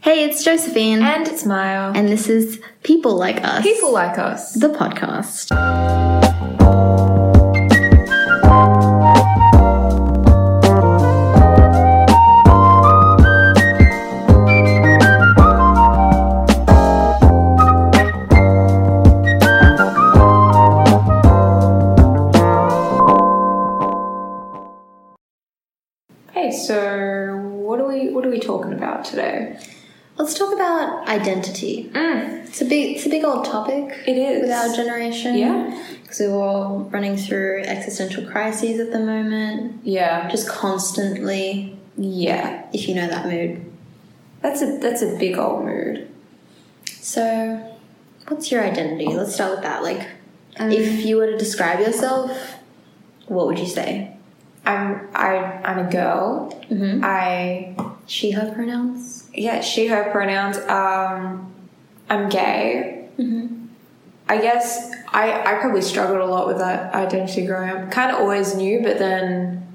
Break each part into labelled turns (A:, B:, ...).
A: Hey, it's Josephine.
B: Mm-hmm. And it's Maya.
A: And this is People Like Us.
B: People like us.
A: the podcast.
B: Hey, so what are we what are we talking about today?
A: Let's talk about identity.
B: Mm,
A: It's a big, it's a big old topic
B: it is.
A: with our generation.
B: Yeah.
A: because we're all running through existential crises at the moment,
B: yeah.
A: just constantly.
B: Yeah.
A: If you know that mood.
B: That's a that's a big old mood.
A: So, what's your identity? Let's start with that. Like, if you were to describe yourself, what would you say?
B: I'm I I'm a girl.
A: Mm-hmm.
B: I
A: She/her pronouns.
B: yeah, she her pronouns. Um I'm gay.
A: Mm-hmm.
B: I guess I, I probably struggled a lot with that identity growing up. Kind of always knew, but then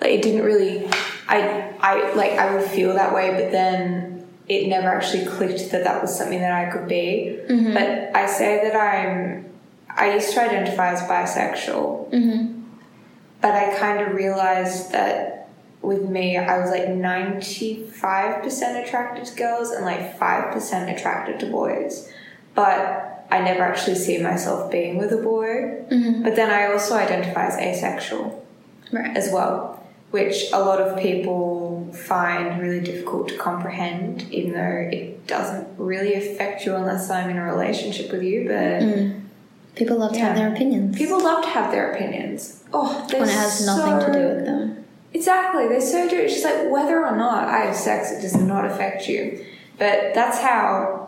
B: like it didn't really. I I like I would feel that way, but then it never actually clicked that that was something that I could be. But I say that I'm. I used to identify as bisexual,
A: Mm-hmm.
B: but I kind of realized that with me, I was like ninety five percent attracted to girls and like five percent attracted to boys, but. I never actually see myself being with a boy.
A: Mm-hmm.
B: But then I also identify as asexual
A: Right.
B: as well, which a lot of people find really difficult to comprehend, even though it doesn't really affect you unless I'm in a relationship with you. But
A: Mm. People love to have
B: Yeah.
A: their opinions
B: people love to have their opinions. Oh, they're
A: when it has nothing
B: so-
A: to do with them.
B: Exactly, they're so do. It's just like whether or not I have sex, it does not affect you. But that's how.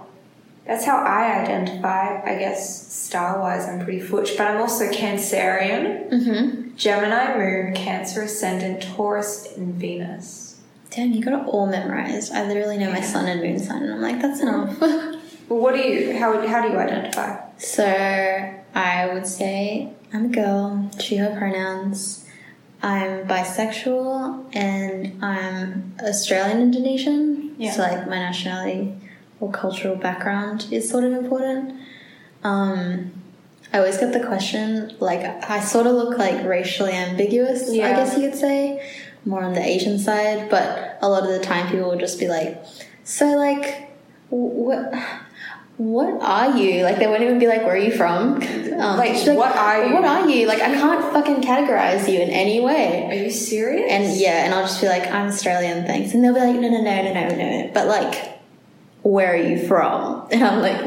B: That's how I identify, I guess, star wise. I'm pretty Futch, but I'm also Cancerian.
A: Mm-hmm.
B: Gemini, Moon, Cancer, Ascendant, Taurus, and Venus.
A: Damn, you got it all memorized. I literally know my sun and moon sign, and I'm like, that's enough.
B: Well, what do you? How how do you identify?
A: so I would say I'm a girl. She/her pronouns. I'm bisexual and I'm Australian Indonesian.
B: Yeah.
A: So like my nationality or cultural background is sort of important. Um, I always get the question like I sort of look like racially ambiguous. I
B: Yeah.
A: guess you could say more on the Asian side, but a lot of the time people will just be like, so like what. What are you? Like, they won't even be like, where are you from? Um,
B: Like,
A: she's
B: what are you?
A: What are you? Like, I can't fucking categorize you in any way.
B: Are you serious?
A: And yeah, and I'll just be like, I'm Australian, thanks. And they'll be like, no, no, no, no, no, no. But like, where are you from? And I'm like,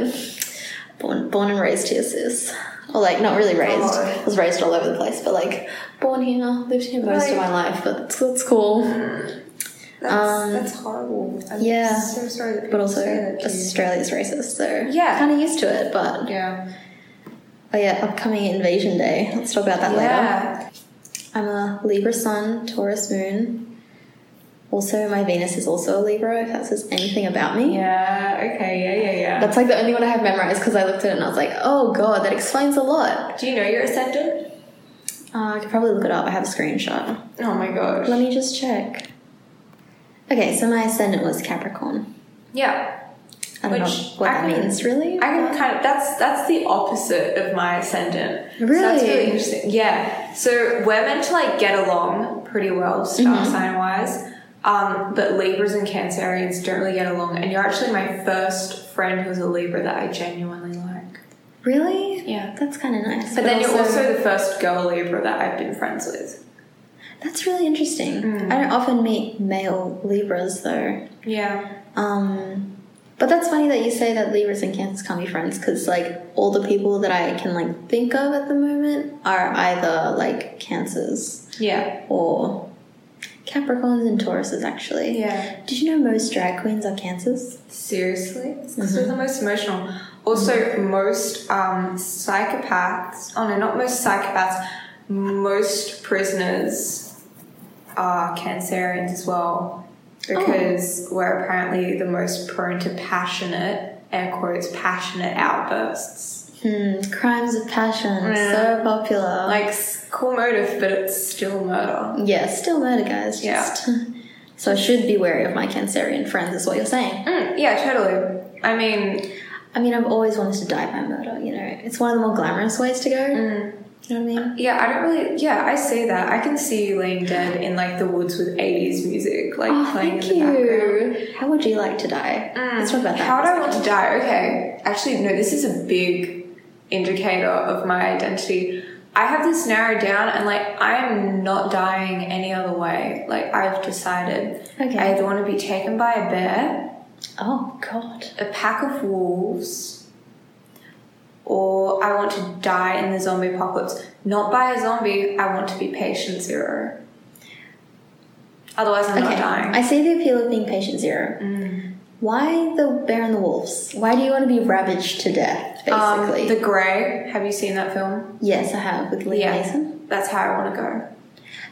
A: born, born and raised here, sis. Or like, not really raised.
B: God.
A: I was raised all over the place, but like, born here, lived here most of
B: Right.
A: my life. But that's, that's cool.
B: that's,
A: um,
B: that's horrible. I'm
A: yeah.
B: so sorry. That
A: But
B: people
A: also,
B: say that to you.
A: Australia's racist, so
B: Yeah.
A: kind of used to it. But
B: yeah,
A: oh yeah, upcoming Invasion Day. Let's talk about that later.
B: yeah.
A: I'm a Libra Sun, Taurus Moon. Also, my Venus is also a Libra. If that says anything about me.
B: Yeah. Okay. Yeah. Yeah. Yeah.
A: That's like the only one I have memorized because I looked at it and I was like, oh god, that explains a lot.
B: do you know your ascendant?
A: Uh, I could probably look it up. I have a screenshot.
B: Oh my gosh.
A: Let me just check. Okay, so my ascendant was Capricorn.
B: Yeah.
A: I don't know
B: Which
A: what
B: I
A: that
B: can-
A: means, really.
B: I can kind of. That's that's the opposite of my ascendant. So that's
A: Really?
B: really interesting. Yeah. So we're meant to like get along pretty well, star sign wise. Um, but Libras and Cancerians don't really get along, and you're actually my first friend who's a Libra that I genuinely like.
A: really?
B: Yeah.
A: That's kind of nice.
B: But then you're also the first girl Libra that I've been friends with.
A: That's really interesting.
B: Hmm.
A: I don't often meet male Libras though.
B: Yeah.
A: Um, but that's funny that you say that Libras and Cancers can't be friends because like all the people that I can like think of at the moment are either like Cancers
B: Yeah.
A: or Capricorns and Tauruses, actually.
B: Yeah.
A: Did you know most drag queens are Cancers?
B: Seriously? Because they're the most emotional. Also, most um, psychopaths, oh no, not most psychopaths, most prisoners are Cancerians as well
A: Oh.
B: Oh. because we're apparently the most prone to passionate, air quotes, passionate outbursts.
A: Hmm, crimes of passion,
B: Yeah.
A: so popular.
B: Like, s- cool motive, but it's still murder.
A: yeah, still murder, guys.
B: Yeah.
A: Just So I should be wary of my Cancerian friends, is what you're saying.
B: Mm, yeah, totally. I mean,
A: I mean, I've always wanted to die by murder, you know. It's one of the more glamorous ways to go.
B: Mm.
A: You know what I mean?
B: yeah, I don't really. Yeah, I say that. I can see you laying dead in like the woods with 80s music, like
A: Oh,
B: playing
A: thank
B: in the background. Mm.
A: you. How would you like to die? Let's talk about that.
B: How would I want to die? Okay. Actually, no, this is a big indicator of my identity. I have this narrowed down and like I'm not dying any other way. Like I've decided.
A: Okay.
B: I either want to be taken by a bear,
A: oh, God.
B: a pack of wolves, or I want to die in the zombie apocalypse. Not by a zombie, I want to be patient zero. Otherwise I'm
A: Okay.
B: not dying. Mm.
A: I see the appeal of being patient zero. Why the bear and the wolves? Why do you want to be ravaged to death,
B: Um,
A: basically?
B: the Grey. Have you seen that film?
A: yes, I have with Liam
B: Yeah.
A: Neeson.
B: That's how I want to go.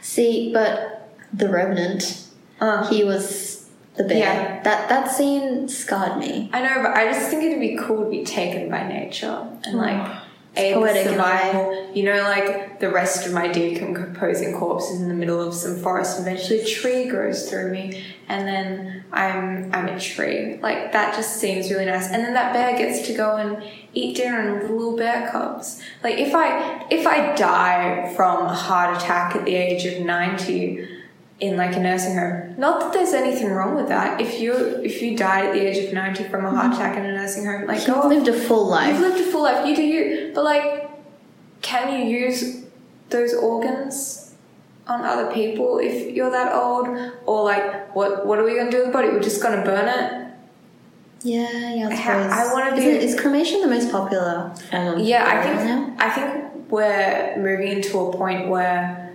A: See, but the Revenant,
B: Uh,
A: he was the bear.
B: Yeah.
A: That that scene scarred me.
B: I know, but I just think it'd be cool to be taken by nature and like aid
A: Oh, poetic
B: the
A: in a way.
B: survival. You know, like the rest of my decomposing corpse is in the middle of some forest, and eventually a tree grows through me, and then I'm I'm a tree. Like that just seems really nice. And then that bear gets to go and eat dinner and the little bear cubs. Like if I if I die from a heart attack at the age of ninety, in like a nursing home. Not that there's anything wrong with that. If you if you died at the age of ninety from a heart attack in a nursing home, like
A: You've
B: go off.
A: lived a full
B: You've
A: life.
B: lived a full life. You do you. But like, can you use those organs on other people if you're that old? Or like, what what are we gonna do with the body? We're just gonna burn it.
A: Yeah, yeah, I
B: Ha-
A: suppose.
B: I wanna
A: Is
B: be-
A: it- Is, cremation the most popular? Um,
B: Yeah, I
A: burial
B: think
A: now?
B: I think we're moving into a point where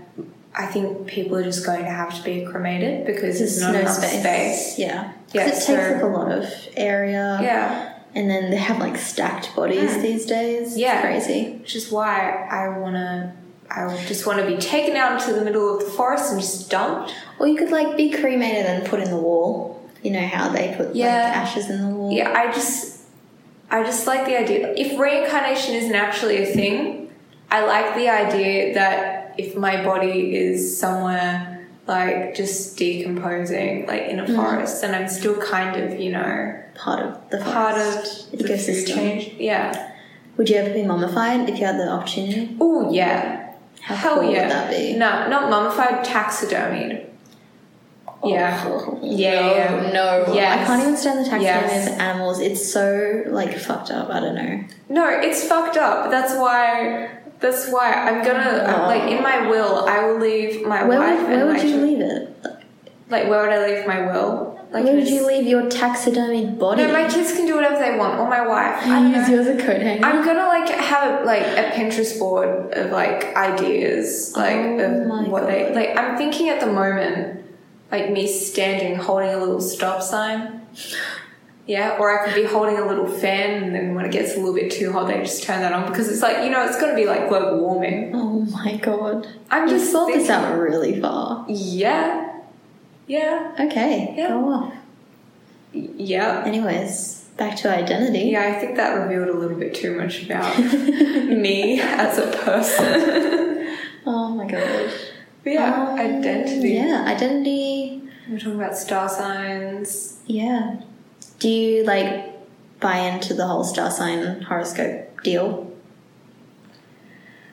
B: I think people are just going to have to be cremated because there's,
A: There's
B: not
A: no
B: enough
A: space.
B: space.
A: Yeah. 'Cause
B: Yeah,
A: it
B: so-
A: takes up a lot of area.
B: Yeah. Mm.
A: And then they have like stacked bodies these days.
B: Yeah.
A: It's crazy.
B: which is why I wanna, I just want to be taken out into the middle of the forest and just dumped.
A: Or you could like be cremated and put in the wall. You know how they put
B: Yeah.
A: like ashes in the wall.
B: Yeah, I just, I just like the idea. If reincarnation isn't actually a thing, I like the idea that if my body is somewhere like just decomposing, like in a
A: Mm.
B: forest, and I'm still kind of, you know,
A: Part of the
B: part of
A: forest
B: the food
A: ecosystem.
B: chain. Yeah.
A: Would you ever be mummified if you had the opportunity?
B: Oh yeah.
A: How
B: Hell
A: cool
B: yeah.
A: would that be?
B: No, not mummified, taxidermied. Yeah.
A: Oh,
B: Yeah,
A: no,
B: yeah.
A: no.
B: Yes.
A: I can't even stand the taxidermy
B: Yes.
A: of animals. It's so like fucked up. I don't know.
B: No, it's fucked up. That's why. That's why I'm gonna I'm, like in my will. I will leave my
A: Where
B: wife
A: would,
B: and
A: where
B: my
A: would you
B: chil-
A: leave it?
B: Like where would I leave my will? Like
A: where
B: in
A: would
B: a
A: you
B: s-
A: leave your taxidermied body?
B: No, my kids can do whatever they want, or my wife. I
A: you
B: don't
A: use
B: know.
A: you as a coat hanger.
B: I'm gonna like have like a Pinterest board of like ideas, like
A: Oh my
B: of what they
A: God.
B: like. I'm thinking at the moment, like me standing holding a little stop sign. Yeah, or I could be holding a little fan, and then when it gets a little bit too hot, they just turn that on because it's like you know it's gonna be like global warming.
A: Oh my god.
B: I'm
A: You
B: just
A: thought this
B: thinking-
A: out really far.
B: Yeah, yeah,
A: Okay,
B: Yeah.
A: go off.
B: y- yeah.
A: Anyways, back to identity.
B: Yeah, I think that revealed a little bit too much about me as a person.
A: Oh my god.
B: but yeah,
A: Um,
B: identity.
A: Yeah, identity.
B: We're talking about star signs.
A: Yeah. Do you like buy into the whole star sign horoscope deal?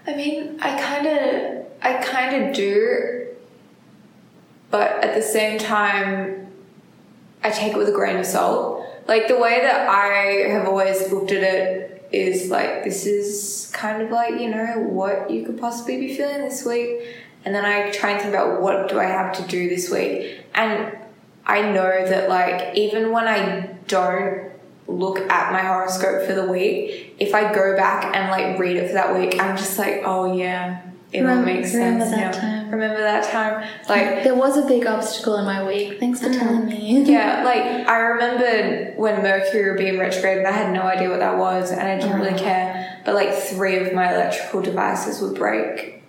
B: I mean, I kind of, I kind of do, but at the same time, I take it with a grain of salt. Like the way that I have always looked at it is like this is kind of like you know what you could possibly be feeling this week, and then I try and think about what do I have to do this week, and I know that like even when I don't look at my horoscope for the week, if I go back and like read it for that week, I'm just like oh yeah, it all
A: Remember-
B: makes
A: remember
B: sense.
A: that
B: now.
A: time.
B: Remember that time, like.
A: There was a big obstacle in my week. Thanks for telling me.
B: Yeah, like I remembered when Mercury would be in retrograde and I had no idea what that was and I didn't
A: Uh-huh.
B: really care. But like three of my electrical devices would break.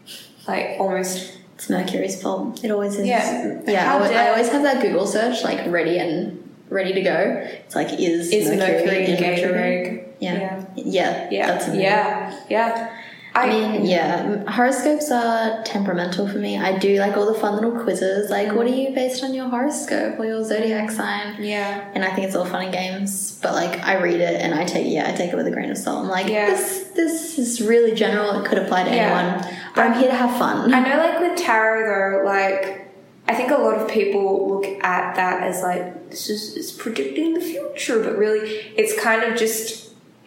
B: Like almost
A: It's Mercury's fault. It always is.
B: Yeah.
A: Yeah. I
B: How
A: always, I
B: dare-
A: always have that Google search like ready and ready to go. It's like is
B: is
A: Mercury, in
B: Mercury, in
A: retrograde?
B: Gatorade.
A: Yeah. Yeah.
B: Yeah.
A: That's
B: Yeah. Yeah.
A: I mean, yeah, horoscopes are temperamental for me. I do like all the fun little quizzes, like what are you based on your horoscope or your zodiac sign?
B: yeah.
A: And I think it's all fun and games, but like I read it and I take yeah, I take it with a grain of salt. I'm like,
B: Yeah.
A: this this is really general. It could apply to
B: Yeah.
A: anyone. I'm here to have fun.
B: I know, like with tarot, though, like I think a lot of people look at that as like this is it's predicting the future, but really, it's kind of just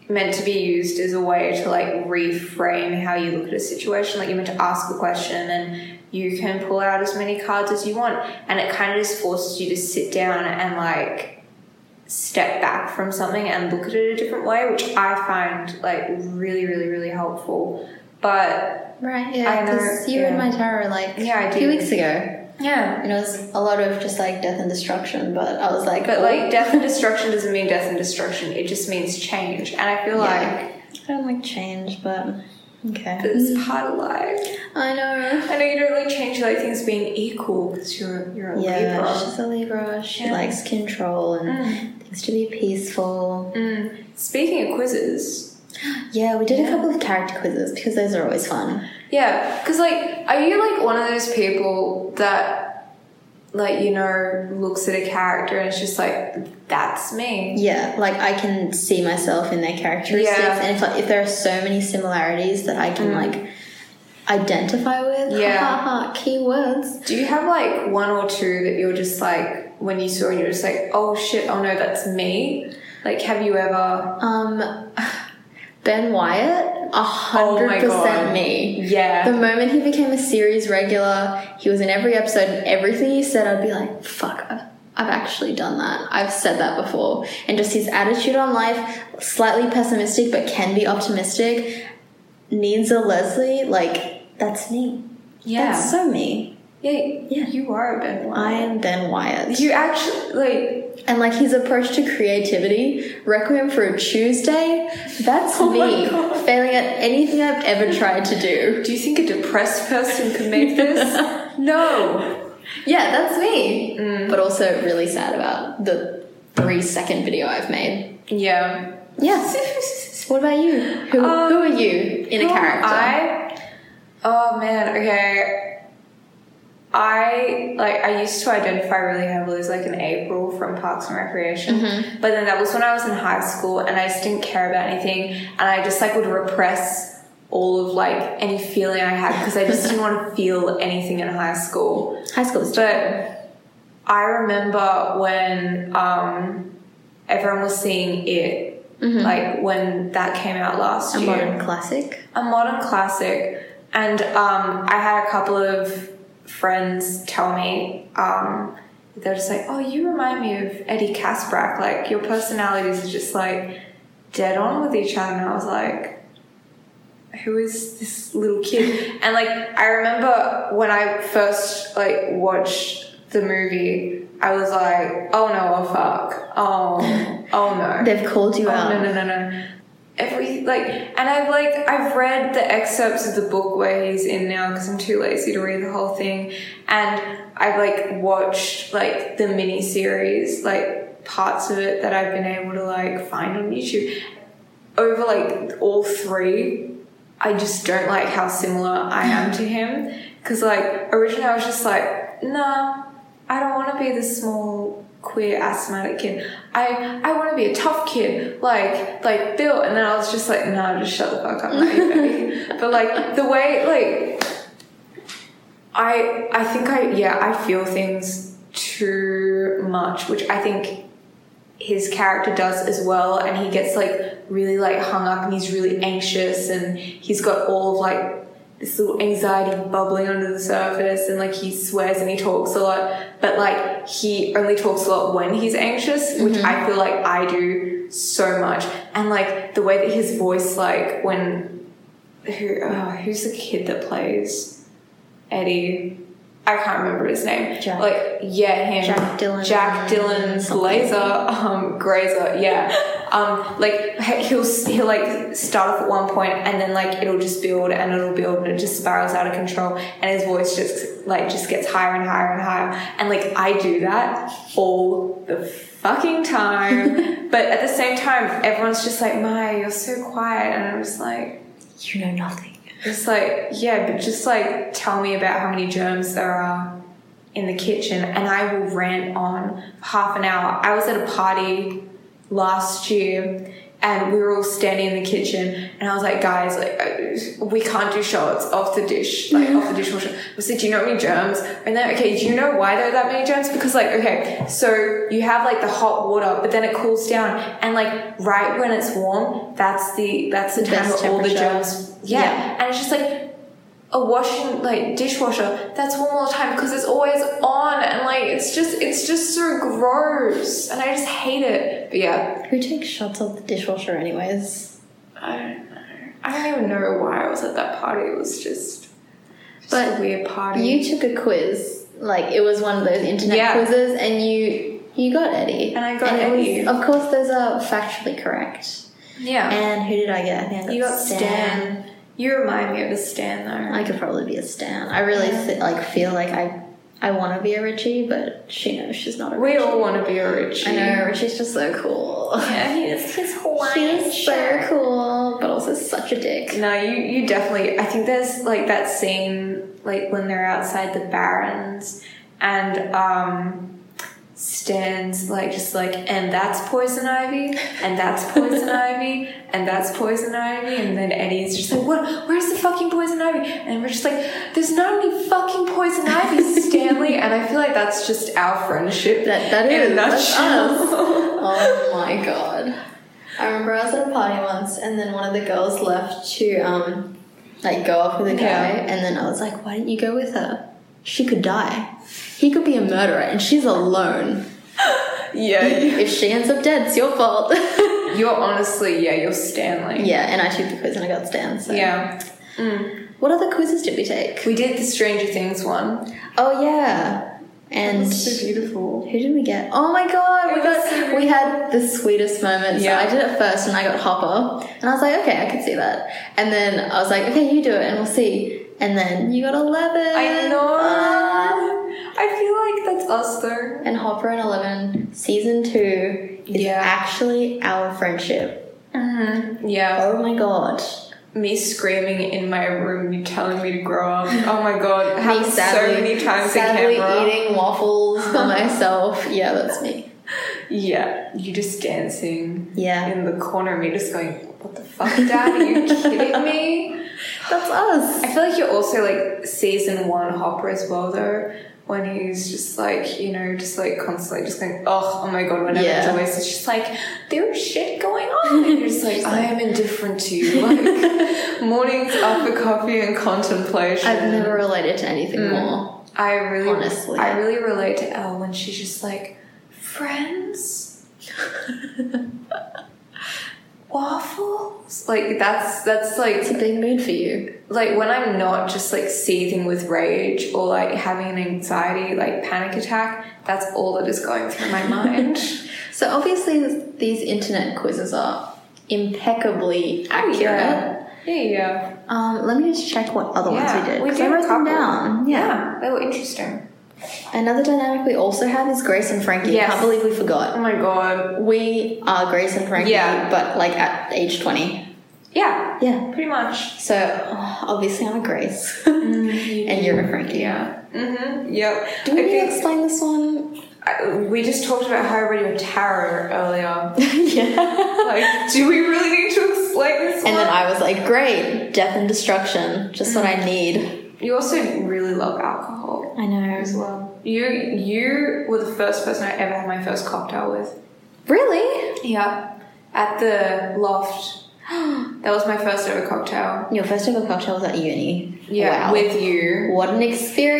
B: meant to be used as a way to like reframe how you look at a situation. Like you're meant to ask a question and you can pull out as many cards as you want, and it kind of just forces you to sit down and like step back from something and look at it a different way, which I find like really, really, really helpful. But
A: right?
B: I
A: Yeah,
B: know,
A: because you read
B: yeah.
A: my tarot like
B: Yeah, I
A: a few
B: do.
A: weeks ago.
B: yeah,
A: And it was a lot of just like death and destruction, but I was like,
B: But
A: oh.
B: like death and destruction doesn't mean death and destruction. It just means change. And I feel
A: Yeah. I don't like change, but okay.
B: like it's part of life.
A: I know.
B: I know you don't really change like things being equal because you're you're a
A: Yeah,
B: Libra.
A: she's a Libra. She
B: Yeah.
A: likes control and things to be peaceful.
B: Mm. Speaking of quizzes,
A: Yeah, we did
B: Yeah.
A: a couple of character quizzes because those are always fun.
B: yeah, because like, are you like one of those people that like you know looks at a character and it's just like that's me?
A: Yeah, like I can see myself in their characteristics,
B: Yeah. Mm.
A: and if, like, if there are so many similarities that I can like identify with,
B: Yeah.
A: ha, ha, keywords.
B: Do you have like one or two that you're just like when you saw and you're just like oh shit oh no that's me? Like have you ever?
A: Um, Ben Wyatt, a
B: Oh my
A: hundred
B: God.
A: percent me.
B: Yeah.
A: The moment he became a series regular, he was in every episode, and everything he said, I'd be like, fuck, I've, I've actually done that. I've said that before. And just his attitude on life, slightly pessimistic but can be optimistic. Needs a Leslie, like, that's me.
B: Yeah.
A: That's so me.
B: yeah.
A: Yeah.
B: You are a Ben
A: I
B: Wyatt.
A: am Ben Wyatt.
B: You actually like.
A: And like his approach to creativity, Requiem for a Tuesday, that's
B: Oh my
A: me.
B: God.
A: Failing at anything I've ever tried to do.
B: Do you think a depressed person can make this? no.
A: Yeah, that's me.
B: Mm.
A: But also really sad about the three second video I've made.
B: Yeah.
A: Yeah. What about you? Who,
B: Um,
A: who are you in a
B: Who am
A: character?
B: I. Oh man. Okay. I like I used to identify really heavily as like an April from Parks and Recreation, but then that was when I was in high school and I just didn't care about anything, and I just like would repress all of like any feeling I had because I just didn't want to feel anything in high school.
A: High school is
B: But I remember when um, everyone was seeing it, like when that came out last
A: a
B: year,
A: modern classic.
B: a modern classic. And um, I had a couple of friends tell me um, they're just like, "Oh, you remind me of Eddie Kasprak. Like your personalities are just like dead on with each other." And I was like, who is this little kid? And like I remember when I first like watched the movie, I was like, oh no, oh fuck, oh, oh no,
A: They've called you
B: oh
A: out.
B: no, no, no, no. Every like, and I've like I've read the excerpts of the book where he's in now because I'm too lazy to read the whole thing, and I've like watched like the mini series, like parts of it that I've been able to like find on YouTube. Over like all three, I just don't like how similar I am to him. Because, like, originally I was just like, nah, I don't want to be this small, queer, asthmatic kid. I, I want to be a tough kid, like, like Bill. And then I was just like, nah, just shut the fuck up. mate, baby." but, like, the way, like, I, I think I, yeah, I feel things too much, which I think his character does as well and he gets like really like hung up and he's really anxious and he's got all of like this little anxiety bubbling under the surface and like he swears and he talks a lot but like he only talks a lot when he's anxious which i feel like i do so much and like the way that his voice like when who oh, who's the kid that plays eddie i can't remember his name
A: Jack.
B: like yeah him
A: Jack Dylan.
B: jack dylan's laser um, grazer, yeah. Um, like he- he'll he'll like start off at one point and then like it'll just build and it'll build and it just spirals out of control and his voice just like just gets higher and higher and higher and like I do that all the fucking time. but at the same time, everyone's just like, "My, you're so quiet," and I'm just like,
A: You know nothing.
B: Just like, yeah, but just like tell me about how many germs there are in the kitchen and I will rant on for half an hour. I was at a party last year and we were all standing in the kitchen and I was like, guys, like uh, we can't do shots off the dish, like off the dishwasher. I was like, do you know how many germs? And then okay, do you know why there are that many germs? Because like, okay, so you have like the hot water, but then it cools down and like right when it's warm, that's the that's the
A: The
B: time
A: best
B: where all the
A: temperature.
B: germs yeah.
A: Yeah.
B: And it's just like a washing like dishwasher that's warm all the time because it's always on and like it's just it's just so gross and I just hate it. But yeah,
A: Who takes shots of the dishwasher, anyways?
B: I don't know. I don't even know why I was at that party. It was just, just
A: But
B: a weird party.
A: You took a quiz, like it was one of those internet
B: Yeah.
A: quizzes, and you you got Eddie,
B: And I got
A: it was-
B: Eddie.
A: of course, those are factually correct.
B: yeah,
A: And who did I get? I think I got,
B: you got Stan. You remind me of a Stan though.
A: I could probably be a Stan. I really fe- like feel like I I want to be a Richie, but she knows she's not a
B: we
A: Richie.
B: all want to be a Richie.
A: I know Richie's just so cool.
B: Yeah, he is, he's Hawaiian.
A: She's so cool, but also such a dick.
B: No, you, you definitely. I think there's like that scene, like when they're outside the Barrens, and um, Stan's like just like, and that's poison ivy, and that's poison ivy, and that's poison ivy, and then Eddie's just like, what? Where's the fucking poison ivy? And we're just like, there's not any fucking poison ivy, Stanley. And I feel like that's just our friendship.
A: That that
B: in a
A: is that's us.
B: nutshell.
A: oh my god. I remember I was at a party once and then one of the girls left to um like go off with a guy
B: Yeah.
A: and then I was like, why didn't you go with her? She could die. He could be a murderer and she's alone.
B: yeah,
A: If she ends up dead, it's your fault.
B: you're honestly, yeah, you're Stanley.
A: yeah, and I took the quiz and I got Stan. So.
B: Yeah. Mm.
A: What other quizzes did we take?
B: We did the Stranger Things one.
A: Oh yeah. And
B: beautiful.
A: Who did we get? Oh my god, we
B: It was
A: got
B: so
A: we had the sweetest moments.
B: Yeah.
A: I did it first and I got Hopper and I was like, okay, I can see that. And then I was like, okay, you do it and we'll see. And then you got eleven.
B: I know.
A: Ah.
B: I feel like that's us though.
A: and Hopper and Eleven season two is
B: Yeah.
A: actually our friendship.
B: Yeah.
A: Oh my god.
B: Me screaming in my room, you telling me to grow up. Oh my god,
A: Me
B: happened so many times
A: sadly
B: in camera.
A: eating waffles by myself. Yeah, that's me.
B: Yeah, you just dancing
A: Yeah.
B: in the corner, me just going, What the fuck, dad? Are you kidding me?
A: That's us.
B: I feel like you're also like season one Hopper as well though. When he's just like, you know, just like constantly just going, oh, oh my god, whenever
A: Yeah.
B: Joyce is just like, there's shit going on. And you're just like, I am indifferent to you. Like, mornings up for coffee and contemplation.
A: I've never related to anything
B: Mm.
A: more.
B: I really,
A: Honestly.
B: I really relate to Elle when she's just like, friends, waffles. Like that's that's like
A: It's a big mood for you.
B: like when I'm not just like seething with rage or like having an anxiety, like panic attack, that's all that is going through my mind.
A: So obviously, these internet quizzes are impeccably accurate.
B: Yeah, yeah.
A: Um, let me just check what other
B: yeah.
A: ones we did. 'cause
B: did
A: I
B: a
A: wrote them
B: couple.
A: down. Yeah.
B: yeah, they were interesting.
A: Another dynamic we also have is Grace and Frankie. I
B: Yes.
A: can't believe we
B: Oh
A: forgot.
B: my god.
A: We are Grace and Frankie,
B: Yeah.
A: but like at age 20.
B: Yeah,
A: Yeah.
B: pretty much.
A: So oh, obviously, I'm a Grace.
B: you-
A: and you're a Frankie.
B: Yeah. Mm-hmm. Yep.
A: Do we
B: I
A: need to
B: think
A: explain this one?
B: I, we just talked about how I read your tarot earlier.
A: yeah.
B: like, do we really need to explain this
A: And
B: one?
A: then I was like, great, death and destruction, just what I need.
B: you also really love alcohol.
A: I know.
B: as well. You you were the first person I ever had my first cocktail with.
A: Really?
B: Yeah. At the loft. That was my first ever cocktail.
A: Your first ever cocktail was at uni.
B: Yeah.
A: Wow.
B: With you.
A: what an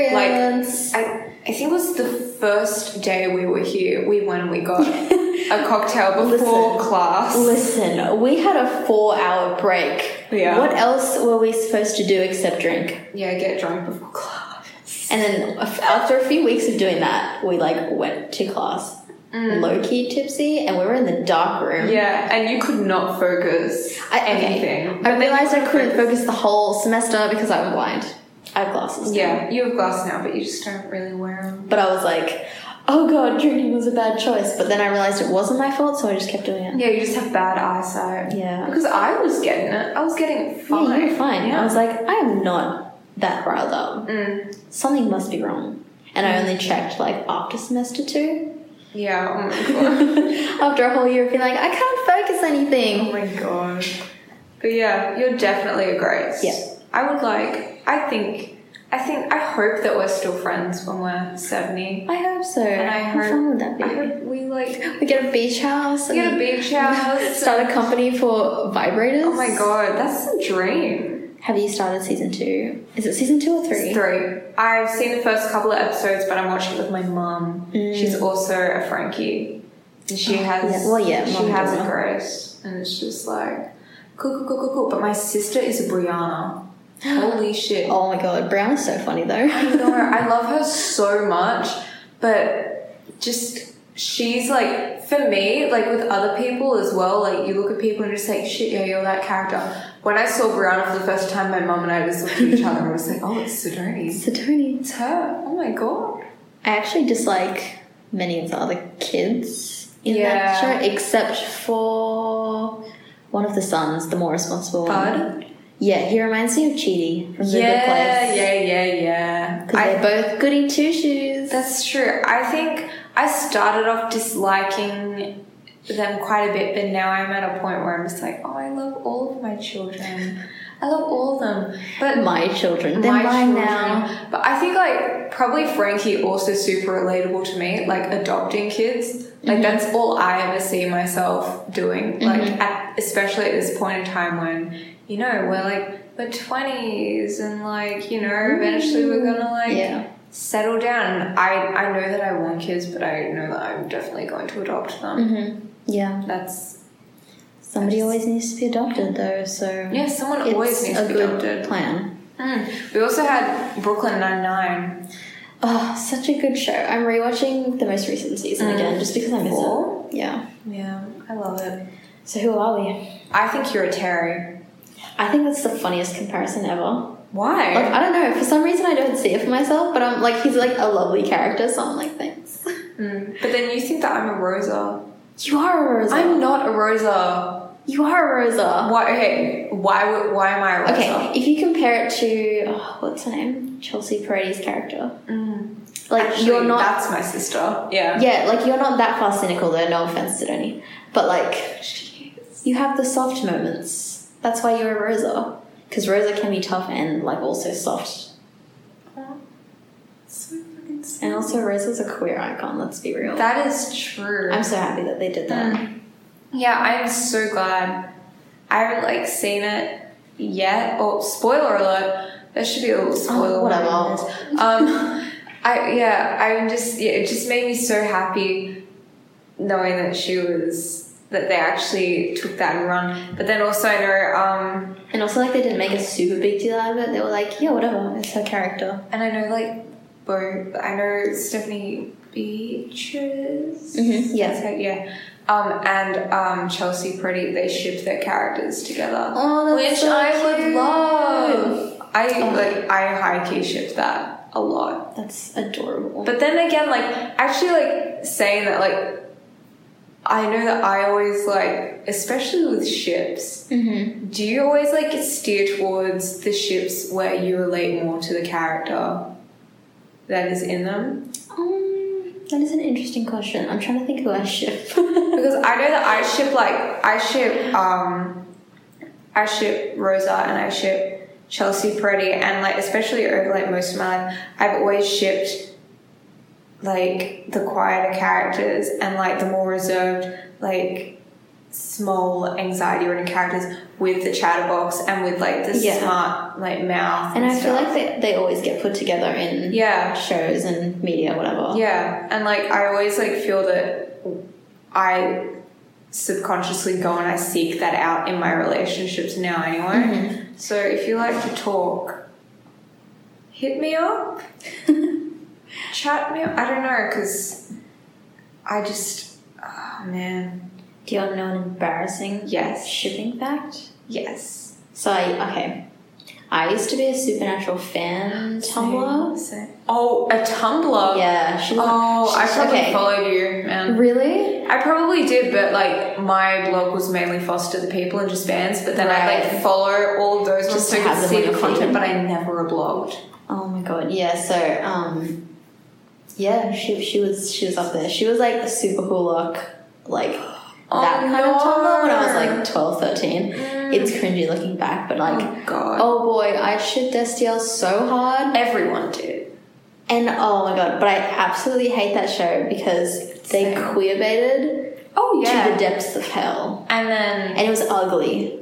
A: experience.
B: I I think it was the first day we were here. We went and we got a cocktail before
A: Listen.
B: class.
A: Listen, we had a four hour break.
B: Yeah.
A: What else were we supposed to do except drink?
B: Yeah, get drunk before class.
A: And then af- after a few weeks of doing that, we like went to class low key tipsy and we were in the dark room.
B: Yeah, and you could not focus
A: I, okay.
B: anything. But
A: I
B: then-
A: realized I couldn't focus the whole semester because I'm blind. I have glasses. now.
B: Yeah, you have glasses now, but you just don't really wear them.
A: But I was like, oh god, drinking was a bad choice. But then I realized it wasn't my fault, so I just kept doing it.
B: Yeah, you just have bad eyesight.
A: Yeah.
B: Because I was getting it. I was getting it
A: Yeah,
B: fine.
A: you were Oh, fine.
B: Yeah.
A: I was like, I am not that riled up.
B: Mm.
A: Something must be wrong. And I only checked like after semester two.
B: Yeah. Oh my god.
A: after a whole year of being like, I can't focus
B: oh
A: anything.
B: my god. But yeah, you're definitely a grace.
A: Yeah.
B: I would like. I think. I think. I hope that we're still friends when we're seventy.
A: I hope so.
B: And I
A: How
B: hope-
A: fun would that be?
B: I hope we like
A: we get a beach house.
B: get a
A: and
B: beach house.
A: Start a company for vibrators.
B: Oh my god, that's a dream.
A: Have you started season two? Is it season two or three?
B: Three. I've seen the first couple of episodes, but I'm watching with my mum.
A: Mm.
B: She's also a Frankie. And she
A: Oh,
B: has
A: yeah. Well, yeah,
B: she
A: mum
B: has
A: does
B: a
A: well.
B: grace. And it's just like cool, cool, cool, cool, cool. But my sister is a Brianna. Holy shit.
A: Oh my god, Brown is so funny though.
B: I know her. I love her so much, but just she's like for me, like with other people as well. Like you look at people and you're just like, shit, yeah, you're that character. When I saw Brianna for the first time, my mum and I just looked at each other and was like, oh, it's Sidoni.
A: Satoni.
B: It's her. Oh my god.
A: I actually dislike many of the other kids in
B: Yeah.
A: that show, except for one of the sons, the more responsible one.
B: Bud.
A: Yeah, he reminds me of Cheaty from The Good
B: Yeah,
A: Place.
B: yeah, yeah, yeah.
A: Because
B: I-
A: they're both goody two shoes.
B: That's true. I think I started off disliking them quite a bit, but now I'm at a point where I'm just like, oh, I love all of my children. I love all of them. But
A: my children. They're
B: my
A: mine
B: children-
A: now.
B: But I think like probably Frankie also super relatable to me, like adopting kids.
A: Mm-hmm.
B: Like that's all I ever see myself doing. Like at, especially at this point in time when you know we're like we're twenties and like you know eventually we're gonna like
A: Mm-hmm. Yeah.
B: settle down. I I know that I want kids, but I know that I'm definitely going to adopt them.
A: hmm Yeah.
B: That's
A: Somebody
B: That's-
A: always needs to be adopted though, so
B: yeah. Someone
A: it's
B: always needs
A: a
B: to be
A: good
B: adopted.
A: plan.
B: Mm. We also had Brooklyn Nine Nine.
A: Oh, such a good show. I'm rewatching the most recent season
B: Mm.
A: again just because I miss
B: Four?
A: it. Yeah.
B: Yeah, I love it.
A: So who are we?
B: I think you're a Terry.
A: I think that's the funniest comparison ever.
B: Why?
A: Like I don't know, for some reason I don't see it for myself, but I'm like he's like a lovely character, so I'm like thanks.
B: Mm. But then you think that I'm a Rosa.
A: You are a Rosa.
B: I'm not a Rosa.
A: you are a Rosa.
B: Why? Okay. Why? would- Why am I a Rosa?
A: Okay, if you compare it to oh, what's her name, Chelsea Peretti's character,
B: Mm.
A: like
B: Actually,
A: you're not
B: That's my sister. Yeah.
A: Yeah, like you're not that far cynical though, no offense to Donnie. But like, you have the soft moments. That's why you're a Rosa. Because Rosa can be tough and like also soft.
B: So fucking sad.
A: And also, Rosa's a queer icon, let's be real.
B: That is true.
A: I'm so happy that they did that.
B: Um, Yeah, I'm so glad. I haven't like seen it yet. Oh, spoiler alert! There should be a little spoiler.
A: Oh, whatever.
B: warning. Um, I yeah, I'm just yeah, it just made me so happy knowing that she was that they actually took that and run. But then also I know, um,
A: And also, like, they didn't make a super big deal out of it. They were like, yeah, whatever, it's her character.
B: and I know like, Bo, I know Stephanie Beatrice.
A: Mhm, yeah.
B: That's her- yeah. Um, and um, Chelsea Pretty, they ship their characters together.
A: Oh, that's
B: which
A: so
B: I would
A: cute.
B: love. I
A: Oh.
B: like I high key ship that a lot.
A: That's adorable.
B: But then again, like actually like saying that like I know that I always like especially with ships,
A: mm-hmm.
B: do you always like steer towards the ships where you relate more to the character that is in them?
A: um, that is an interesting question. I'm trying to think who I ship.
B: Because I know that I ship like I ship um I ship Rosa and I ship Chelsea Peretti and like especially over like most of my life, I've always shipped like the quieter characters and like the more reserved, like small anxiety ridden characters with the chatterbox and with like the
A: Yeah.
B: smart like mouth.
A: and I feel
B: stuff.
A: like they, they always get put together in
B: Yeah.
A: shows and media, whatever.
B: Yeah, and like I always like feel that I subconsciously go and I seek that out in my relationships now anyway.
A: Mm-hmm.
B: So if you like to talk, hit me up, chat me up. I don't know because I just oh man
A: Do you want to know an embarrassing
B: yes
A: shipping fact?
B: yes
A: So I okay. I used to be a supernatural fan Tumblr.
B: Same. Oh, a Tumblr.
A: Yeah, she's
B: Oh, I probably
A: okay.
B: followed you, man.
A: really.
B: I probably did, but like my blog was mainly Foster the People and just bands. But then I
A: Right.
B: like follow all of those
A: Just
B: just
A: to
B: so I could
A: have them
B: see
A: on
B: the
A: your
B: content,
A: feed.
B: but I never blogged.
A: Oh my god, yeah. So, um, yeah, she she was she was up there. She was like a super cool look, like
B: Oh,
A: that kind of Tumblr when I was
B: no. Mm.
A: like 12, 13. It's cringy looking back, but like,
B: Oh god,
A: oh boy, I shit Destiel so hard.
B: everyone did.
A: And oh my god, but I absolutely hate that show because they
B: Same.
A: queer baited
B: Oh
A: to the depths of hell.
B: and then
A: And it was ugly.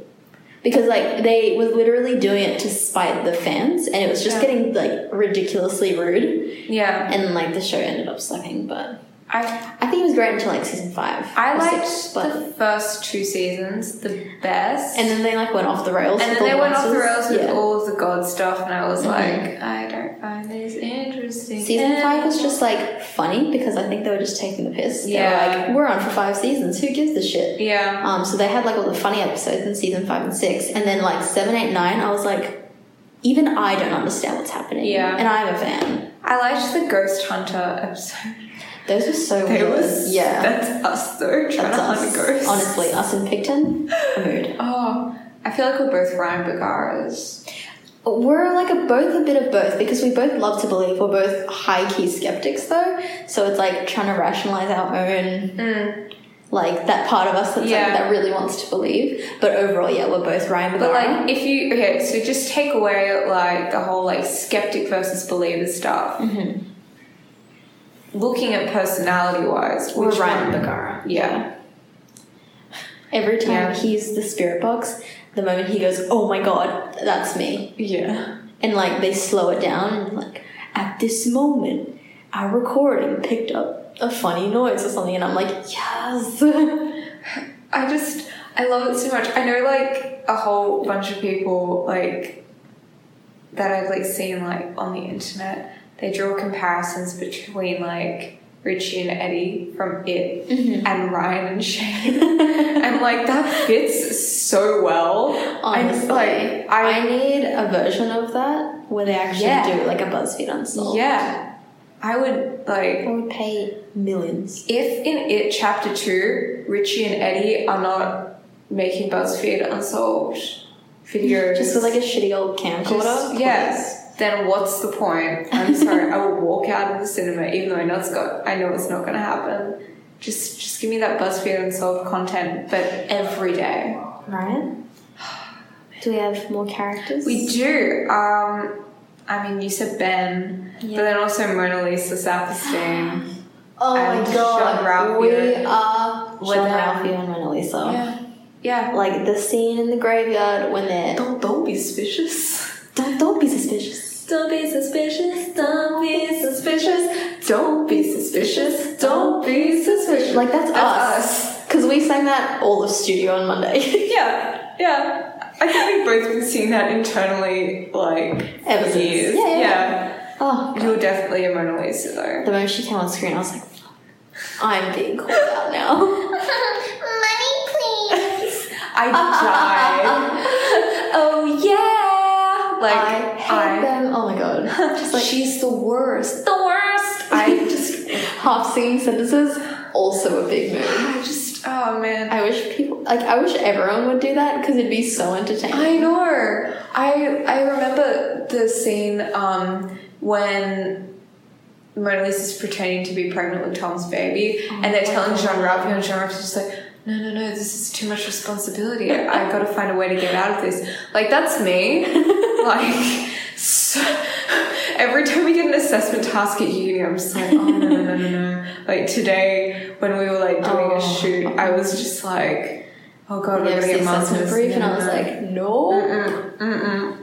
A: Because like they were literally doing it to spite the fans and it was just
B: Yeah.
A: getting like ridiculously rude
B: yeah,
A: and like the show ended up sucking, but
B: I
A: I think it was great until like season five.
B: I
A: or
B: liked
A: six, but
B: the first two seasons the best,
A: and then they like went off the rails.
B: And
A: with
B: then
A: all
B: they went off the
A: monsters.
B: rails with
A: Yeah.
B: all of the god stuff, and I was
A: Mhm.
B: like, I don't find this interesting.
A: Season five was just like funny because I think they were just taking the piss. They
B: Yeah.
A: were like, we're on for five seasons, who gives a shit?
B: yeah.
A: Um, so they had like all the funny episodes in season five and six, and then like seven, eight, nine. I was like, even I don't understand what's happening.
B: Yeah.
A: and I'm a fan.
B: I liked the ghost hunter episode.
A: Those were so
B: They
A: weird.
B: was
A: yeah,
B: That's us though, trying
A: that's
B: to
A: us.
B: hunt ghosts.
A: Honestly, us and Picton, a mood.
B: Oh, I feel like we're both Ryan Bergaras.
A: We're like a, both a bit of both because we both love to believe. We're both high key skeptics though, so it's like trying to rationalize our own. Like that part of us that's
B: Mm. Yeah.
A: like, that really wants to believe, but overall, yeah, we're both Ryan.
B: But
A: Bergara.
B: like, if you okay, so just take away like the whole like skeptic versus believer stuff.
A: Mm-hmm.
B: Looking at personality wise,
A: We're
B: which
A: Ryan
B: one?
A: Bergara.
B: Yeah.
A: Every time
B: Yeah.
A: he's the spirit box, the moment he goes, "Oh my god, that's me,"
B: Yeah.
A: and like they slow it down, like at this moment, our recording picked up a funny noise or something, and I'm like, "Yes."
B: I just I love it so much. I know like a whole bunch of people like that I've like seen like on the internet. They draw comparisons between like Richie and Eddie from It
A: Mm-hmm.
B: and Ryan and Shane, and like that fits so well.
A: Honestly,
B: I'm like
A: I,
B: I
A: need a version of that where they actually
B: Yeah.
A: do like a BuzzFeed Unsolved.
B: yeah, I would like
A: I would pay millions.
B: If in it chapter two, Richie and Eddie are not making BuzzFeed unsolved videos,
A: Just with like a shitty old
B: Just-
A: camcorder.
B: yes, then what's the point? I'm sorry, I will walk out of the cinema, even though I know it's got, I know it's not going to happen. Just, just give me that BuzzFeed unsolved content, but every day.
A: Right? Do we have more characters?
B: We do. Um, I mean, you said Ben,
A: Yeah.
B: but then also Mona Lisa Saperstein.
A: Oh
B: and
A: my god,
B: Sean Ralphio.
A: we are
B: With
A: Sean
B: them.
A: Ralphio and Mona Lisa.
B: yeah, yeah.
A: Like the scene in the graveyard when they're
B: Don't, don't be suspicious.
A: don't don't be suspicious.
B: Don't be suspicious, don't be suspicious, don't be suspicious, don't be suspicious.
A: Like that's,
B: That's
A: us. Because we sang that all of studio on Monday.
B: Yeah, yeah. I think we've both been seeing that internally, like,
A: Ever
B: for
A: since.
B: years.
A: Yeah, yeah, oh
B: You're definitely a Mona Lisa, though.
A: the moment she came on screen I was like, "Fuck, I'm being called out now.
B: I died.
A: oh yeah.
B: Like,
A: I hate
B: I-
A: them. Oh my god. Just like
B: She's the worst. The worst. I just,
A: half singing sentences, also a big move.
B: I just, oh man.
A: I wish people like I wish everyone would do that because it'd be so entertaining.
B: I know. I I remember the scene um, when Mona Lisa's pretending to be pregnant with Tom's baby, and they're
A: Oh
B: telling Jean Ralphio, and Jean Ralphio's just like, no, no, no, this is too much responsibility. I gotta find a way to get out of this. Like, that's me. like, so, every time we get an assessment task at uni, I'm just like, oh, no, no, no, no, no. Like, today, when we were like doing
A: Oh.
B: a shoot, I was just like, oh god,
A: You
B: we're
A: ever
B: gonna
A: see
B: get
A: assessment
B: masters.
A: brief,
B: No,
A: and I
B: no,
A: was
B: no.
A: like, no.
B: Mm-mm, mm-mm.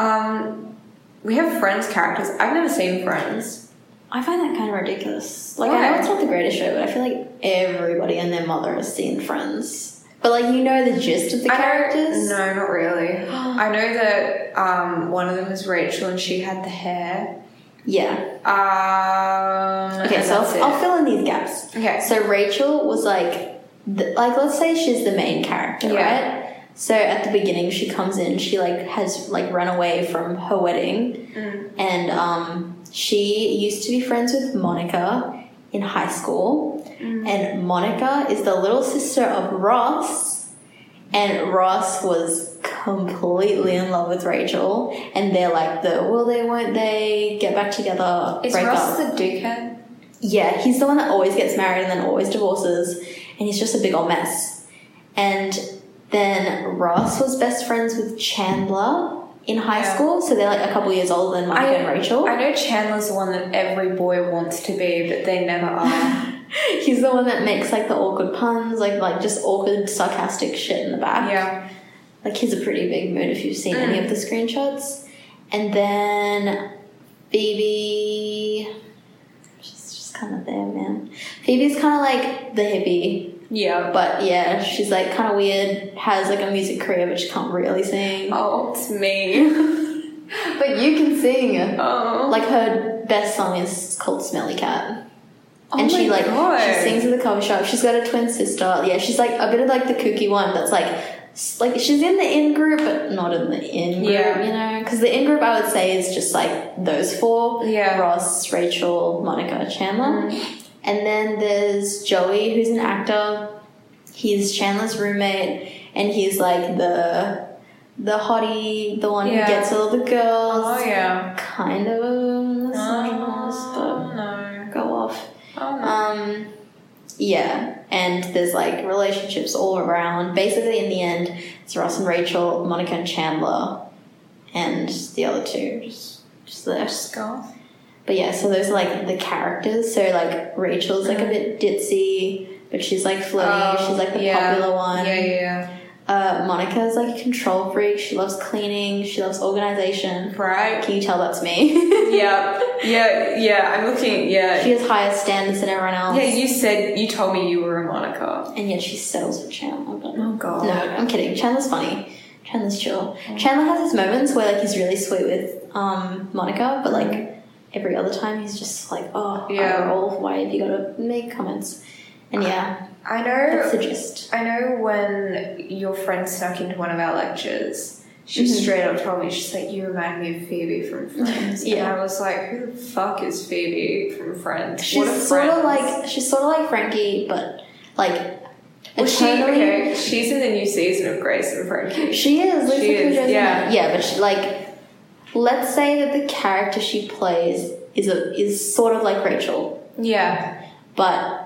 B: Um, we have Friends characters. I've never seen Friends.
A: I find that kind of ridiculous. Like I
B: Why?
A: know it's not the greatest show, but I feel like everybody and their mother has seen Friends. But like you know the gist of the
B: I
A: characters.
B: Don't, no, not really. I know that um, one of them is Rachel, and she had the hair.
A: Yeah.
B: Um,
A: Okay,
B: and
A: so
B: that's
A: I'll, I'll fill in these gaps.
B: it. okay.
A: So Rachel was like, the, like let's say she's the main character,
B: Yeah.
A: right? So at the beginning, she comes in. She like has like run away from her wedding,
B: Mm.
A: and um, she used to be friends with Monica in high school,
B: Mm.
A: and Monica is the little sister of Ross, and Ross was completely in love with Rachel, and they're like the will they won't they get back together
B: Is
A: break
B: Ross
A: up.
B: the dickhead?
A: Yeah, he's the one that always gets married and then always divorces, and he's just a big old mess. And then Ross was best friends with Chandler in high
B: Yeah.
A: school, so they're like a couple years older than Monica
B: I-
A: and Rachel.
B: I know Chandler's the one that every boy wants to be, but they never are.
A: he's the one that makes like the awkward puns, like like just awkward sarcastic shit in the back.
B: yeah. Mm.
A: Like he's a pretty big mood if you've seen any of the screenshots. And then Phoebe, she's just kind of there, man. Phoebe's kind of like the hippie.
B: Yeah.
A: But yeah, she's like kind of weird, has like a music career, but she can't really sing.
B: Oh, it's me.
A: But you can sing.
B: Oh.
A: Like her best song is called Smelly Cat.
B: Oh
A: and she
B: my
A: like
B: God.
A: she sings at the coffee shop. She's got a twin sister. Yeah, she's like a bit of like the kooky one that's like s- like she's in the in group but not in the in group,
B: Yeah.
A: you know? Because the in group I would say is just like those four.
B: Yeah.
A: Ross, Rachel, Monica, Chandler. And then there's Joey, who's an actor. He's Chandler's roommate, and he's like the the hottie, the one
B: Yeah.
A: who gets all the girls.
B: Oh yeah.
A: Kind of a misogynist,
B: Oh no.
A: but go off.
B: Oh no.
A: Um, yeah, and there's like relationships all around. Basically, in the end, it's Ross and Rachel, Monica and Chandler, and the other two. Just, just the
B: Skull.
A: but yeah, so those are like the characters. So like Rachel's like a bit ditzy, but she's like flirty.
B: Mm-hmm. Oh,
A: she's like the
B: yeah.
A: popular one.
B: Yeah, yeah,
A: Uh, Monica's like a control freak. She loves cleaning. She loves
B: yeah.
A: organization.
B: Right.
A: Can you tell that's me?
B: yeah. Yeah, yeah. I'm looking. Yeah.
A: she has higher standards than everyone else.
B: Yeah, you said you told me you were a Monica.
A: and yet she settles for Chandler. But
B: Oh Mm. god.
A: No, I'm kidding. Chandler's funny. Chandler's chill. Chandler has his moments where like he's really sweet with um, Monica, but like every other time he's just like, oh,
B: Yeah.
A: yeah, roll. Why have you got to make comments? And yeah,
B: I
A: that's the
B: know.
A: gist.
B: I know when your friend snuck into one of our lectures. She
A: Mhm.
B: straight up told me, she's like, you remind me of Phoebe from Friends.
A: Yeah.
B: And I was like, who the fuck is Phoebe from Friends?
A: She's
B: what are
A: sort of
B: Friends?
A: like she's sort of like Frankie, but like
B: Well, she,
A: eternally-
B: okay, she's in the new season of Grace and Frankie.
A: She is Lisa
B: She
A: Kudrow's
B: is,
A: in
B: yeah.
A: it. yeah, but she, like, let's say that the character she plays is a is sort of like Rachel,
B: Yeah.
A: but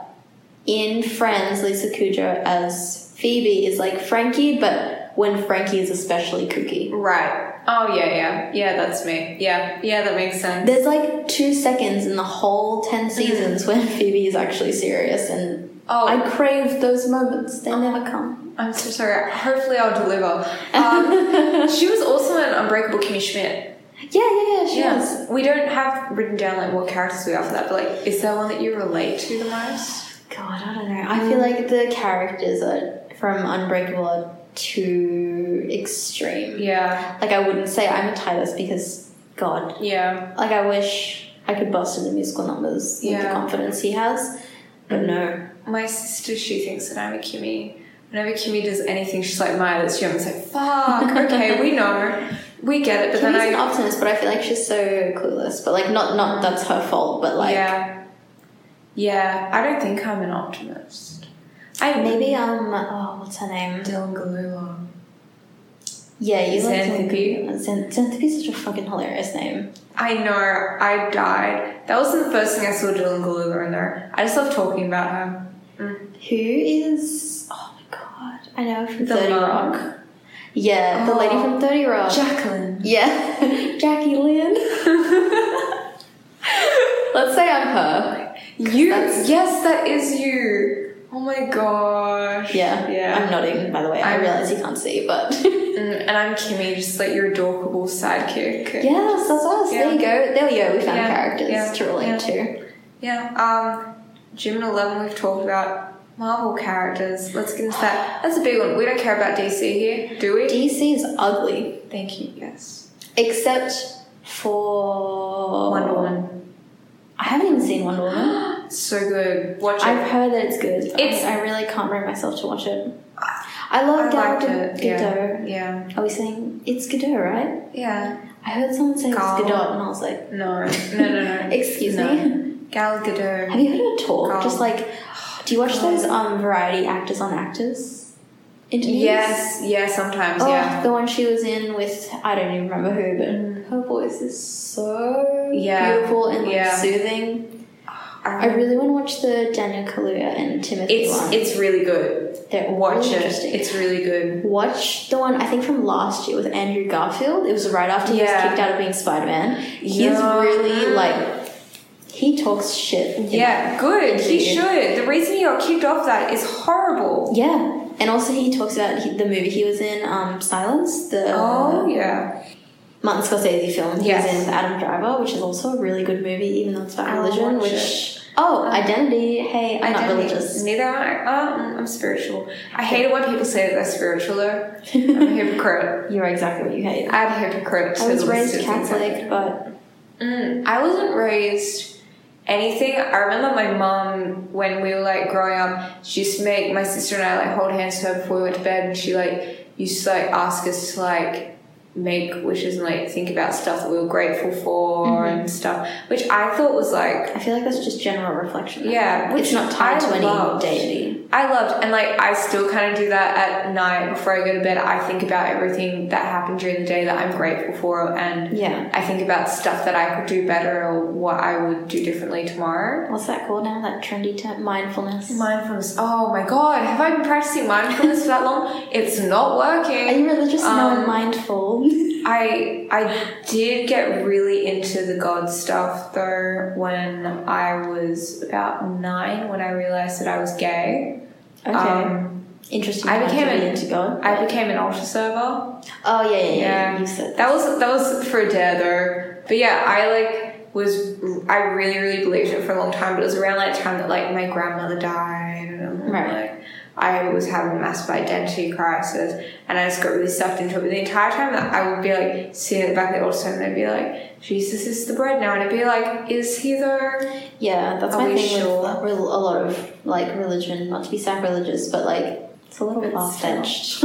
A: in Friends, Lisa Kudrow as Phoebe is like Frankie, but when Frankie is especially kooky.
B: Right. Oh, yeah, yeah. Yeah, that's me. Yeah. Yeah, that makes sense.
A: There's like two seconds in the whole ten seasons when Phoebe is actually serious, and
B: Mm. Oh,
A: I
B: I,
A: crave those moments. They never come.
B: am so sorry. Hopefully, I'll deliver. Um, she was also in Unbreakable Kimmy Schmidt.
A: Yeah, yeah, yeah, she does.
B: We don't have written down like what characters we are for that, but like, is there one that you relate to the most?
A: God, I don't know. I
B: Mm.
A: feel like the characters are, from Unbreakable are too extreme.
B: Yeah.
A: Like, I wouldn't say I'm a Titus because, God.
B: Yeah.
A: Like, I wish I could bust into musical numbers with
B: Yeah. Mm.
A: the confidence he has, but no.
B: My sister, she thinks that I'm a Kimmy. Whenever Kimmy does anything, she's like, Maya, that's you. I'm just like, fuck, okay, we know. We get it, but
A: Kimmy's
B: then
A: an
B: I.
A: optimist, but I feel like she's so clueless. But, like, not, not that's her fault, but, like,
B: yeah. Yeah, I don't think I'm an optimist. I
A: maybe, um, oh, what's her name?
B: Dylan Galula.
A: Yeah, you like
B: Xanthippe.
A: Xanth- Xanthippe's such a fucking hilarious name.
B: I know, I died. That wasn't the first thing I saw Dylan Galula in there. I just love talking about her.
A: Who is, oh my god, I know from
B: The
A: 30
B: mum.
A: Rock. Yeah, the lady
B: Oh.
A: from 30 Rock.
B: Jacqueline.
A: yeah, Jackie Lynn. Let's say I'm her.
B: You
A: That's-
B: yes, that is you. Oh my gosh.
A: Yeah, I'm
B: Yeah.
A: nodding, by the way. I
B: I'm-
A: realize you can't see, but.
B: Mm, and I'm Kimmy, just like your adorable sidekick.
A: yes, that's us. There you go. There we go. We found
B: Yeah,
A: characters
B: yeah,
A: to relate
B: yeah.
A: to.
B: Yeah, um, Jim and Eleven, we've talked about Marvel characters. Let's get into that. That's a big one. We don't care about DC here, do we?
A: DC is ugly,
B: Thank you, yes.
A: except for.
B: Wonder Woman.
A: I haven't even seen Wonder Woman.
B: So good. Watch it.
A: I've heard that it's good. It's.
B: It's-
A: I really can't bring myself to watch it. I love
B: I
A: Gal
B: liked
A: Gadot.
B: it. Yeah. yeah.
A: Are we saying it's Gadot, right?
B: Yeah.
A: I heard someone say
B: Gal.
A: it's Gadot, and I was like,
B: No. No, no, no.
A: excuse
B: No.
A: me.
B: Gal Gadot.
A: Have you heard her talk?
B: Gal.
A: Just like, do you watch
B: Gal.
A: those um variety actors on actors interviews?
B: Yes, yeah, sometimes,
A: Oh,
B: yeah. Mm.
A: the one she was in with I don't even remember who, but her voice is so
B: Yeah.
A: beautiful and like,
B: Yeah.
A: soothing. I
B: Um,
A: really want to watch the Daniel Kaluuya and Timothy
B: it's
A: one.
B: it's really good.
A: They're
B: Watch
A: really
B: it.
A: interesting.
B: It's really good.
A: Watch the one I think from last year with Andrew Garfield. It was right after he was
B: Yeah.
A: kicked out of being Spider Man. He's
B: Yeah.
A: really like he talks shit. in-
B: Yeah, good. He
A: Indeed.
B: should. The reason he got kicked off that is horrible.
A: yeah. And also he talks about he- the movie he was in, um, Silence, the
B: Oh yeah.
A: Martin Scorsese film he
B: Yes.
A: was in with Adam Driver, which is also a really good movie, even though it's about
B: I'll
A: religion.
B: watch
A: Which oh, Identity. Hey, I'm not
B: Um, Identity.
A: religious.
B: Neither am I. Oh, mm, I'm spiritual. I hate it when people say that they're spiritual though. I'm a hypocrite.
A: You're exactly what you hate. I,
B: I'm a hypocrite. to
A: was
B: the
A: raised
B: listeners.
A: Catholic, but
B: Mm, I wasn't raised anything. I remember my mum when we were like growing up. She used to make my sister and I like hold hands to her before we went to bed, and she like used to like ask us to like make wishes and like think about stuff that we were grateful for and stuff, which I thought was like
A: I feel like that's just general reflection.
B: yeah, which
A: it's not tied
B: I
A: to any
B: loved.
A: deity.
B: I loved, and like I still kind of do that at night before I go to bed. I think about everything that happened during the day that I'm grateful for, and
A: Yeah.
B: I think about stuff that I could do better or what I would do differently tomorrow.
A: What's that called now? That trendy term, mindfulness.
B: Mindfulness. Oh my god, have I been practicing mindfulness for that long? It's not
A: Are
B: working.
A: you religious? no, I'm
B: Um,
A: mindful.
B: I I did get really into the god stuff though when I was about nine when I realized that I was gay.
A: okay.
B: Um,
A: Interesting.
B: I
A: time to
B: became
A: be
B: an-
A: into God.
B: I became an altar server.
A: oh yeah, yeah, yeah.
B: Yeah.
A: You said
B: That was that was for a dare though. But yeah, I like was I really really believed it for a long time. But it was around that time that like my grandmother died, and
A: Right.
B: like I was having a massive identity crisis, and I just got really sucked into it. But the entire time that I would be like sitting at the back of the altar and I'd be like, Jesus is the bread now, and I'd be like, Is he though?
A: Yeah, that's
B: Are
A: my
B: we
A: thing
B: sure?
A: with rel- a lot of like religion. Not to be sacrilegious, but like it's a little
B: It's
A: far fetched.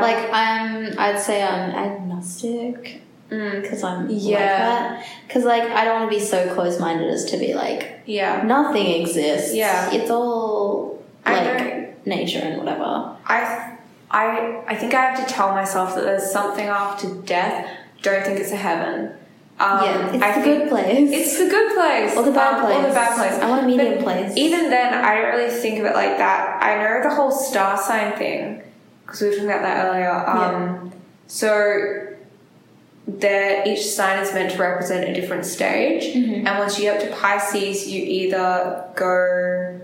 A: like I'm, I'd say I'm agnostic
B: Mm,
A: because I'm yeah. like
B: Yeah.
A: that. Because like I don't want to be so close minded as to be like
B: yeah.
A: nothing exists.
B: Yeah.
A: it's all
B: I
A: like nature and whatever.
B: I, I, I think I have to tell myself that there's something after death. Don't think it's a heaven. Um,
A: yeah, it's
B: I
A: the
B: think
A: good place.
B: it's the good place
A: or the bad
B: um,
A: place.
B: Or the bad place.
A: I want a medium
B: But
A: place.
B: Even then, I don't really think of it like that. I know the whole star sign thing because we were talking about that earlier. Um, So that each sign is meant to represent a different stage,
A: Mhm.
B: and once you get up to Pisces, you either go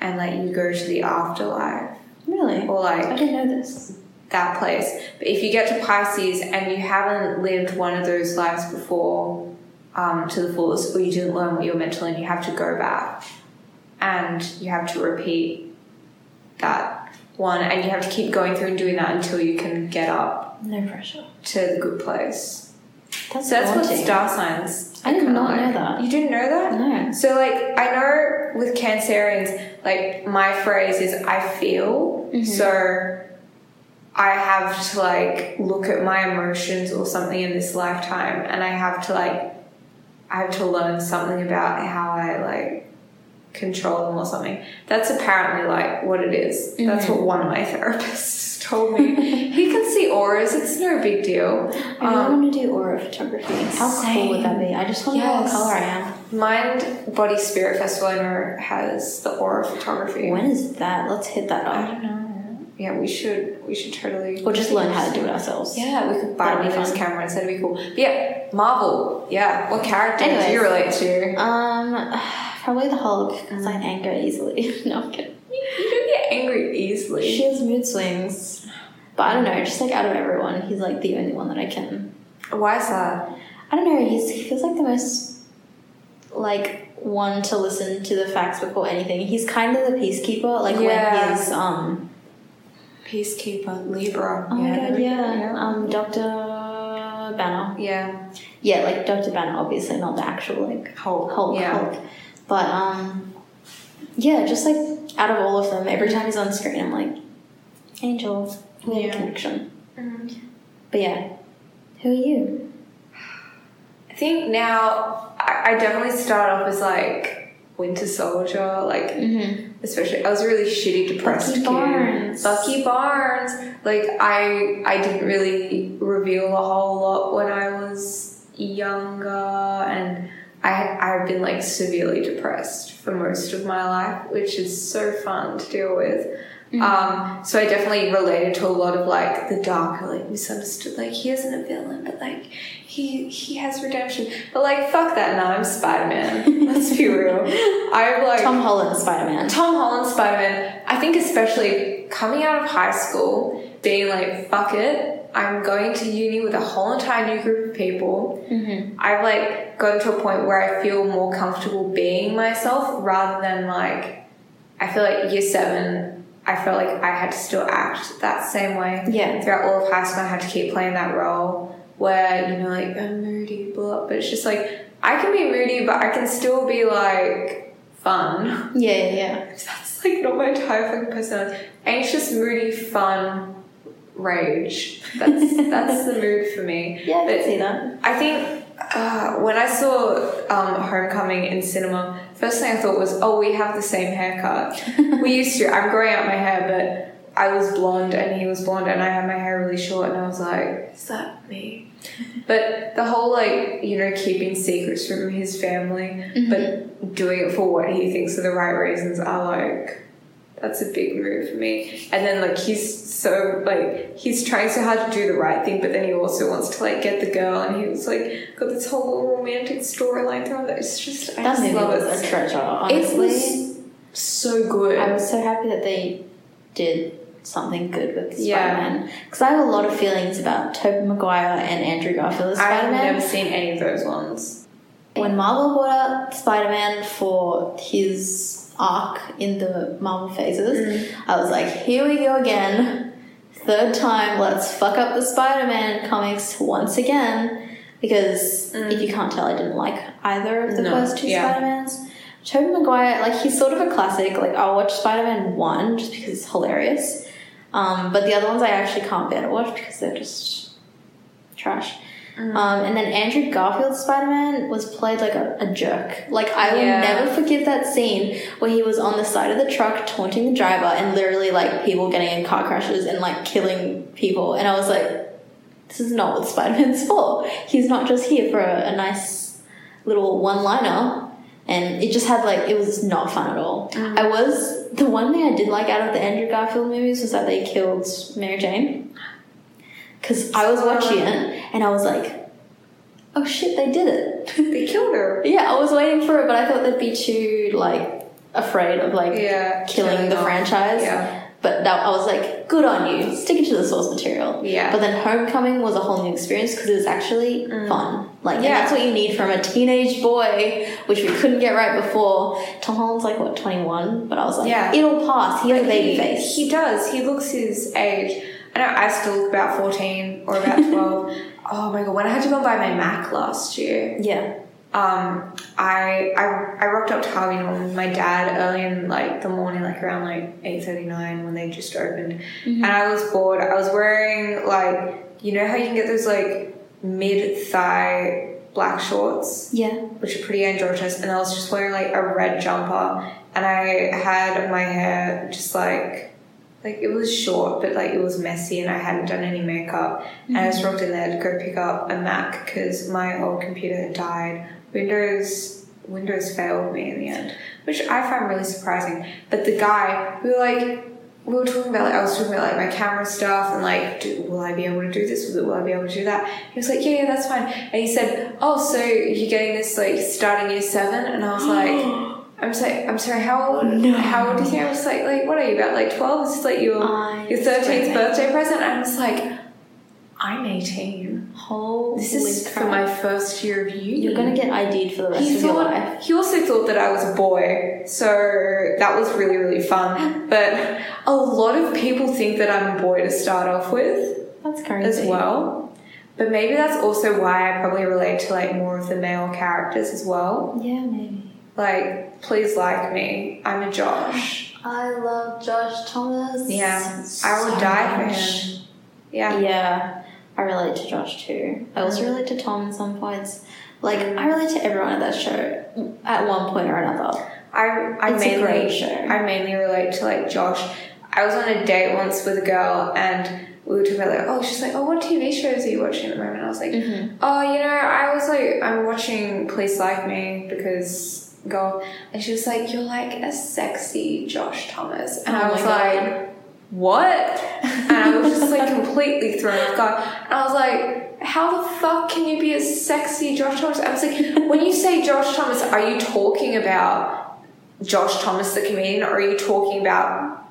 B: and like you go to the afterlife
A: really,
B: or like
A: I didn't know this.
B: that place. But if you get to Pisces and you haven't lived one of those lives before um, to the fullest, or you didn't learn what you were meant to learn, you have to go back and you have to repeat that one, and you have to keep going through and doing that until you can get up
A: No pressure.
B: to the good place.
A: That's
B: So that's what
A: daunting.
B: star signs.
A: I did
B: kinda
A: not know
B: like.
A: that.
B: You didn't know that?
A: No.
B: So like I know with Cancerians, like my phrase is I feel.
A: Mhm.
B: So I have to like look at my emotions or something in this lifetime and I have to like I have to learn something about how I like control them or something. That's apparently like what it is. That's
A: Mhm.
B: what one of my therapists told me. he can see auras, it's no big deal.
A: I really
B: Um,
A: want to do aura photography. How cool would that be? I just want to know what
B: Yes.
A: color I am.
B: Mind Body Spirit Festival I know has the aura photography.
A: When is that? Let's hit that
B: I
A: up.
B: don't know. Yeah, we should we should totally
A: We'll just learn how to do it ourselves.
B: Yeah, we could buy
A: That'd
B: one
A: be
B: of those
A: fun.
B: cameras, that'd be cool. But yeah, Marvel. Yeah. What character do
A: Anyways.
B: you relate to?
A: Um, probably the Hulk because I anger easily. no, I'm kidding.
B: You don't get angry easily.
A: She has mood swings, but I don't know. Just like out of everyone, he's like the only one that I can.
B: Why is that?
A: I don't know. He's he feels like the most like one to listen to the facts before anything. He's kind of the peacekeeper. Like
B: Yeah.
A: when he's um.
B: Peacekeeper, Libra.
A: Oh
B: yeah.
A: my god! Yeah.
B: Yeah.
A: Um, Doctor Banner.
B: yeah.
A: Yeah, like Dr. Banner, obviously, not the actual like
B: Hulk.
A: Hulk.
B: Yeah.
A: Hulk. But um, yeah, just like out of all of them, every time he's on screen, I'm like, Angel. We had
B: Yeah.
A: a connection. Mm.
B: Mhm.
A: But yeah. Who are you?
B: I think now I, I definitely started off as like Winter Soldier, like
A: Mm-hmm.
B: especially I was a really shitty depressed
A: Bucky
B: kid.
A: Barnes.
B: Bucky Barnes. Like I I didn't really reveal a whole lot when I was younger and I I've been like severely depressed for most of my life, which is so fun to deal with.
A: Mm-hmm.
B: Um, so I definitely related to a lot of like the darker, like misunderstood. Like he isn't a villain, but like he he has redemption. But like fuck that, nah, I'm Spider Man. Let's be real. I'm like
A: Tom Holland, Spider Man.
B: Tom Holland Spider-Man, I think especially coming out of high school, being like, fuck it, I'm going to uni with a whole entire new group of people.
A: Mm-hmm.
B: I've like gotten to a point where I feel more comfortable being myself rather than like, I feel like year seven, I felt like I had to still act that same way.
A: Yeah.
B: Throughout all of high school, I had to keep playing that role where, you know, like, I'm moody, blah, but it's just like, I can be moody, but I can still be like, fun.
A: Yeah, yeah, yeah.
B: That's like not my entire fucking personality. Anxious, moody, fun, rage. That's that's the mood for me.
A: Yeah, I
B: But
A: can see that.
B: I think uh, when I saw um, Homecoming in cinema, first thing I thought was, oh, we have the same haircut. we used to. I'm growing out my hair, but I was blonde and he was blonde, and I had my hair really short, and I was like, is that me? But the whole like you know keeping secrets from his family,
A: Mm-hmm.
B: but doing it for what he thinks are the right reasons, I like. That's a big move for me. And then like he's so like he's trying so hard to do the right thing, but then he also wants to like get the girl, and he was like got this whole little romantic storyline thrown. That it's just I
A: That
B: just
A: movie
B: love
A: was
B: it.
A: a treasure,
B: It
A: honestly.
B: was so good.
A: I was so happy that they did something good with
B: Yeah.
A: Spider Man. Because I have a lot of feelings about Tobey Maguire and Andrew Garfield as Spider
B: I've never
A: Man.
B: seen any of those ones.
A: When Marvel brought out Spider Man for his arc in the Marvel phases,
B: Mm.
A: I was like, here we go again. Third time, let's fuck up the Spider Man comics once again. Because if you can't tell, I didn't like either of the
B: Mm. No,
A: first two
B: yeah.
A: Spider Mans. Tobey Maguire, like, he's sort of a classic. Like, I'll watch Spider Man 1 just because it's hilarious. Um, but the other ones I actually can't bear to watch because they're just trash. Um, and then Andrew Garfield's Spider Man was played like a, a jerk. Like, I will
B: Yeah.
A: never forgive that scene where he was on the side of the truck taunting the driver and literally like people getting in car crashes and like killing people. And I was like, this is not what Spider Man's for. He's not just here for a, a nice little one liner. And it just had like, it was not fun at all.
B: Mm.
A: I was, the one thing I did like out of the Andrew Garfield movies was that they killed Mary Jane. Because I was watching it and I was like, oh shit, they did it.
B: They killed her.
A: Yeah, I was waiting for it, but I thought they'd be too like afraid of like
B: Yeah,
A: killing the
B: off.
A: franchise.
B: Yeah.
A: But that, I was like, good on you, sticking to the source material.
B: Yeah. Mm.
A: But then Homecoming was a whole new experience because it was actually fun. Like, and
B: Yeah.
A: that's what you need from a teenage boy, which we couldn't get right before. Tom Holland's like what twenty one, but I was like,
B: Yeah.
A: it'll pass. He has a baby
B: he,
A: face.
B: He does. He looks his age. I know I still look about 14 or about 12. oh my god, when I had to go and buy my Mac last year,
A: Yeah.
B: um, I, I I rocked up to Harvey Norman with my dad early in like the morning, like around like 8.39 when they just opened.
A: Mm-hmm.
B: And I was bored. I was wearing like, you know how you can get those like mid-thigh black shorts?
A: Yeah.
B: which are pretty androgynous, and I was just wearing like a red jumper, and I had my hair just like, like it was short, but like it was messy, and I hadn't done any makeup, and I just walked in there to go pick up a Mac because my old computer had died. Windows Windows failed me in the end, which I find really surprising. But the guy, we were like, we were talking about like I was talking about like my camera stuff and like, do, will I be able to do this? Will, will I be able to do that? He was like, yeah, yeah, that's fine. And he said, oh, so you're getting this like starting year seven? And I was like, I'm sorry, I'm sorry. How old?
A: Oh, No.
B: How old do you think I was? Like, like what are you about? Like twelve? Is this like your
A: I-
B: your thirteenth birthday present? And I was like, I'm eighteen.
A: Holy
B: This is
A: crap.
B: for my first year of uni.
A: You're gonna get ID'd for the rest
B: He
A: of your
B: thought
A: life.
B: he also thought that I was a boy, so that was really really fun. But a lot of people think that I'm a boy to start off with
A: That's
B: as
A: crazy.
B: well. But maybe that's also why I probably relate to like more of the male characters as well.
A: Yeah, maybe.
B: Like, please like me. I'm a Josh.
A: I love Josh Thomas.
B: Yeah, I will die for him. Yeah.
A: Yeah, Mm. I relate to Josh too. I also relate to Tom in some points. Like I relate to everyone at that show at one point or another.
B: I I
A: It's a
B: mainly
A: great show.
B: I mainly relate to like Josh. I was on a date once with a girl and we were talking about like, oh, she's like, oh, what TV shows are you watching at the moment? I was like,
A: Mhm.
B: oh, you know, I was like, I'm watching Please Like Me because girl, and she was like, you're like a sexy Josh Thomas, and
A: Oh
B: I
A: my
B: was
A: God.
B: like, what? And I was just like completely thrown off guard, and I was like. How the fuck can you be a sexy Josh Thomas? I was like, when you say Josh Thomas, are you talking about Josh Thomas the comedian, or are you talking about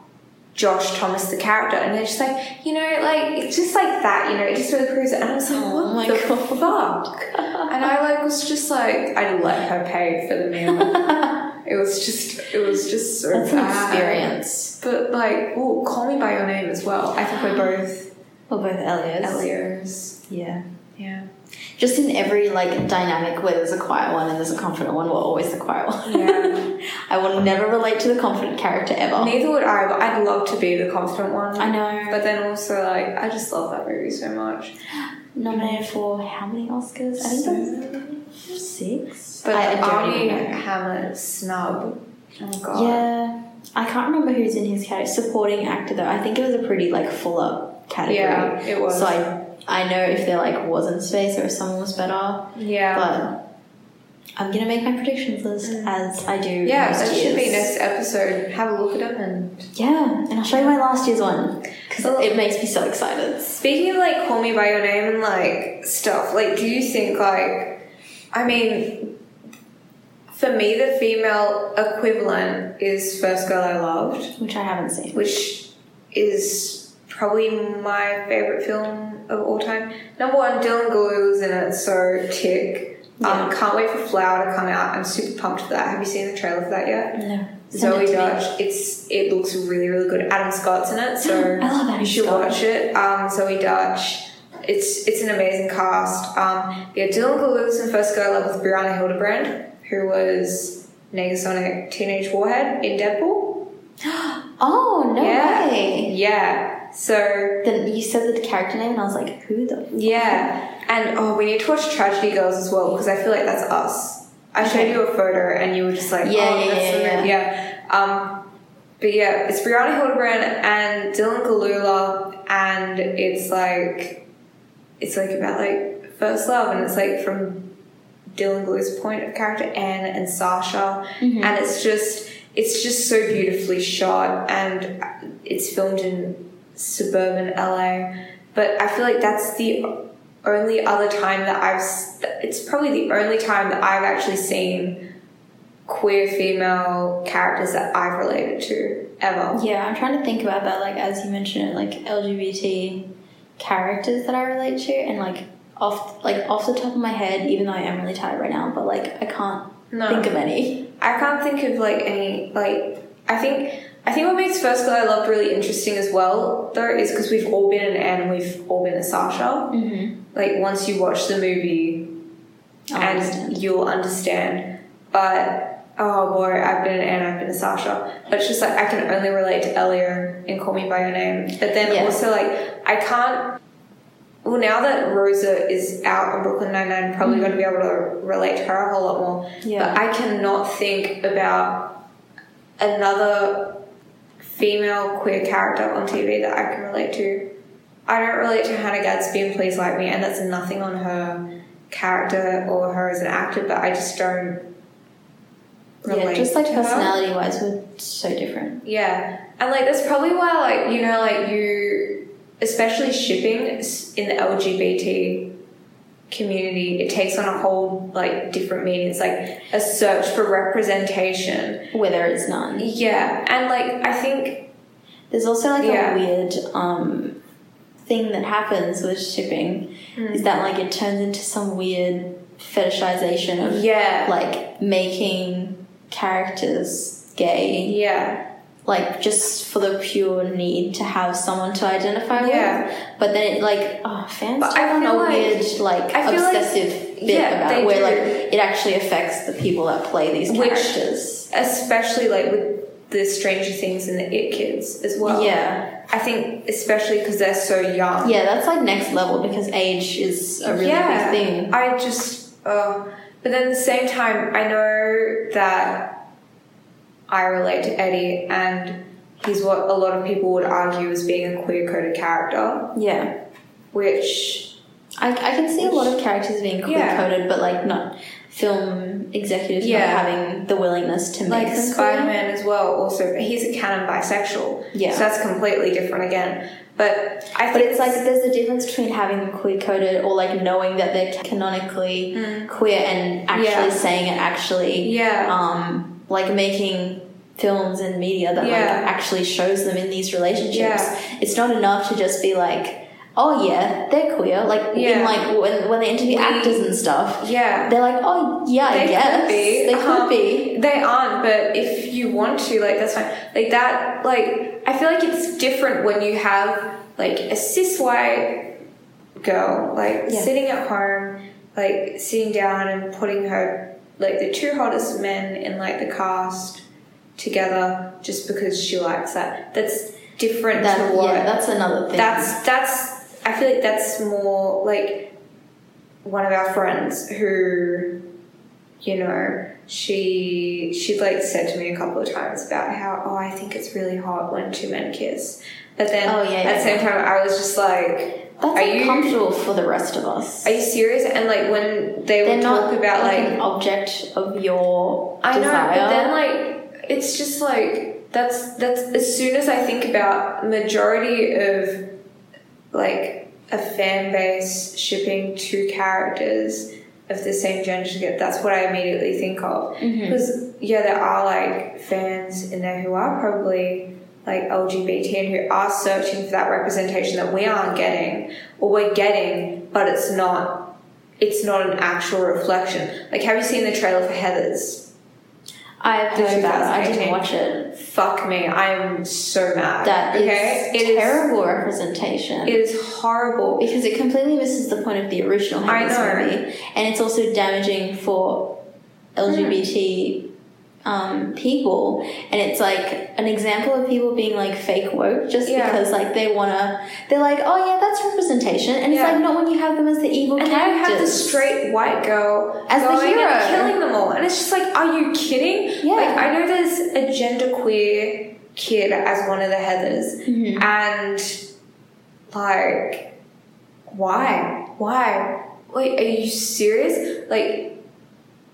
B: Josh Thomas the character? And they're just like, you know, like it's just like that, you know, it just really proves it. And I was like,
A: Oh
B: what
A: my
B: the
A: God.
B: fuck? And I like was just like, I let her pay for the meal. it was just, it was just so
A: That's an
B: bad.
A: experience.
B: But like, oh, call me by your name as well. I think we're both
A: Well, both Elliot's.
B: Elios.
A: Yeah.
B: Yeah.
A: Just in every like dynamic where there's a quiet one and there's a confident one, we're always the quiet one.
B: Yeah.
A: I will never relate to the confident character ever.
B: Neither would I, but I'd love to be the confident one.
A: I know.
B: But then also, like, I just love that movie so much.
A: Nominated for how many Oscars? I think that's six.
B: But
A: I, I
B: the
A: don't
B: Army
A: even know.
B: Hammer snub. Oh god.
A: Yeah, I can't remember who's in his category. Supporting actor though, I think it was a pretty like full up category.
B: Yeah, it was.
A: So I I know if there like wasn't space or if someone was better,
B: yeah. Mm.
A: but I'm gonna make my predictions list as I do.
B: yeah,
A: most
B: that should be
A: years.
B: next episode. Have a look at them and
A: Yeah, and I'll show you my last year's one because
B: Oh.
A: it makes me so excited.
B: speaking of like call me by your name and like stuff, like do you think like I mean for me the female equivalent is First Girl I Loved,
A: Which I haven't seen.
B: which is probably my favourite film of all time. Number one, Dylan Galoo is in it, so tick. Um, can't wait for Flower to come out. I'm super pumped for that. Have you seen the trailer for that yet?
A: No. Send
B: Zoe
A: it to me.
B: Dodge. It's it looks really really good. Adam Scott's in it, so
A: I love Adam
B: you should
A: Scott.
B: watch it. Um, Zoe Dodge. It's it's an amazing cast. Um, yeah, Dylan Galoo's in First Go I Love with Brianna Hildebrand, who was Negasonic Teenage Warhead in Deadpool.
A: Oh no
B: Yeah.
A: way!
B: Yeah. So
A: Then you said the character name, and I was like, who the?
B: yeah, and oh, we need to watch Tragedy Girls as well because I feel like that's us. I showed you a photo and you were just like,
A: Yeah,
B: oh,
A: yeah,
B: that's
A: yeah,
B: the movie. yeah. Um, But yeah, it's Brianna Hildebrand and Dylan Galula, and it's like, it's like about like first love, and it's like from Dylan Galula's point of character, Anne and Sasha,
A: Mm-hmm.
B: and it's just, it's just so beautifully shot, and it's filmed in suburban LA. But I feel like that's the only other time that I've, s- it's probably the only time that I've actually seen queer female characters that I've related to ever.
A: Yeah, I'm trying to think about that. Like as you mentioned, it, like LGBT characters that I relate to, and like off like off the top of my head, even though I am really tired right now, but like I can't
B: No.
A: think of any.
B: I can't think of like any like I think I think what makes First Girl I Love really interesting as well though is because we've all been an Anne and we've all been a Sasha.
A: Mm-hmm.
B: Like once you watch the movie and you'll understand. But oh boy, I've been an Anne, I've been a Sasha. But it's just like I can only relate to Elio and Call Me by Your Name. But then
A: Yeah.
B: also like I can't. Well, now that Rosa is out on Brooklyn Nine Nine, probably going to be able to relate to her a whole lot more.
A: Yeah.
B: But I cannot think about another female queer character on TV that I can relate to. I don't relate to Hannah Gadsby in Please Like Me, and that's nothing on her character or her as an actor, but I just don't relate.
A: yeah, just like
B: to her.
A: personality wise, we're so different.
B: Yeah, and like that's probably why, like you know, like you, especially shipping s- in the LGBT community, it takes on a whole like different meaning. It's like a search for representation.
A: Whether it's none,
B: Yeah, and like I think
A: there's also like
B: Yeah.
A: a weird um thing that happens with shipping is that like it turns into some weird fetishization of
B: yeah,
A: like making characters gay
B: yeah,
A: like just for the pure need to have someone to identify
B: Yeah.
A: with but then it like oh fans
B: But
A: take
B: I
A: on a
B: feel like-
A: weird like
B: I feel like-
A: obsessive bit
B: yeah,
A: about
B: they
A: it where
B: do.
A: like it actually affects the people that play these
B: Which-
A: characters
B: especially like with the Stranger Things and the It Kids as well.
A: Yeah.
B: I think especially because they're so young.
A: Yeah, that's like next level because age is a really
B: Yeah,
A: big thing.
B: I just, uh, but then at the same time, I know that I relate to Eddie, and he's what a lot of people would argue as being a queer coded character,
A: Yeah.
B: which
A: I, I can see a lot of characters being queer
B: Yeah.
A: coded, but like not film executives
B: Yeah.
A: not having the willingness to make
B: like
A: them
B: Spider
A: queer.
B: Man as well. Also, he's a canon bisexual,
A: Yeah.
B: so that's completely different again. But I think
A: But it's like there's a difference between having them queer coded or like knowing that they're canonically queer and actually
B: Mm. Yeah.
A: saying it actually
B: yeah,
A: um, like making films and media that like
B: Yeah.
A: actually shows them in these relationships.
B: Yeah.
A: It's not enough to just be like, oh yeah, they're queer. Like in
B: Yeah.
A: like when, when they interview
B: We-
A: actors and stuff,
B: yeah.
A: they're like, oh yeah, I
B: They
A: guess
B: could be.
A: they could
B: Um,
A: be.
B: They aren't, but if you want to, like that's fine. Like that, like I feel like it's different when you have like a cis white girl, like
A: Yeah.
B: sitting at home, like sitting down and putting her like the two hottest men in like the cast together just because she likes that. That's different
A: That,
B: to what
A: yeah, that's another thing.
B: that's that's I feel like that's more like one of our friends who you know she she like said to me a couple of times about how oh I think it's really hot when two men kiss but then
A: Oh, yeah,
B: at
A: yeah,
B: the same time I was just like
A: that's
B: are you-
A: uncomfortable for the rest of us.
B: are you serious and like when they
A: they're
B: would
A: not
B: talk about like
A: an object of your
B: I know,
A: desire.
B: but then like it's just like that's that's as soon as I think about majority of like a fan base shipping two characters of the same gender together, that's what I immediately think of.
A: Mhm.
B: Because yeah, there are like fans in there who are probably like LGBT and who are searching for that representation that we aren't getting or we're getting, but it's not it's not an actual reflection. Like have you seen the trailer for Heathers?
A: I've
B: the
A: heard about it. I didn't
B: 2018.
A: watch it.
B: Fuck me, I'm so mad.
A: That is
B: okay, It is-
A: terrible representation.
B: It is horrible.
A: because it completely misses the point of the original
B: I
A: Hamilton
B: know.
A: movie, and it's also damaging for LGBT
B: Hmm.
A: um, people. And it's like an example of people being like fake woke just
B: Yeah.
A: because like they wanna, they're like, oh yeah, that's representation, and it's
B: Yeah.
A: like not when you have them as the evil
B: and now you
A: characters.
B: have this straight white girl
A: As the
B: going
A: hero.
B: and killing them all, and it's just like, are you kidding?
A: Yeah.
B: Like I know there's a genderqueer kid as one of the Heathers,
A: Mhm.
B: and like, why? Why? Wait, are you serious? Like.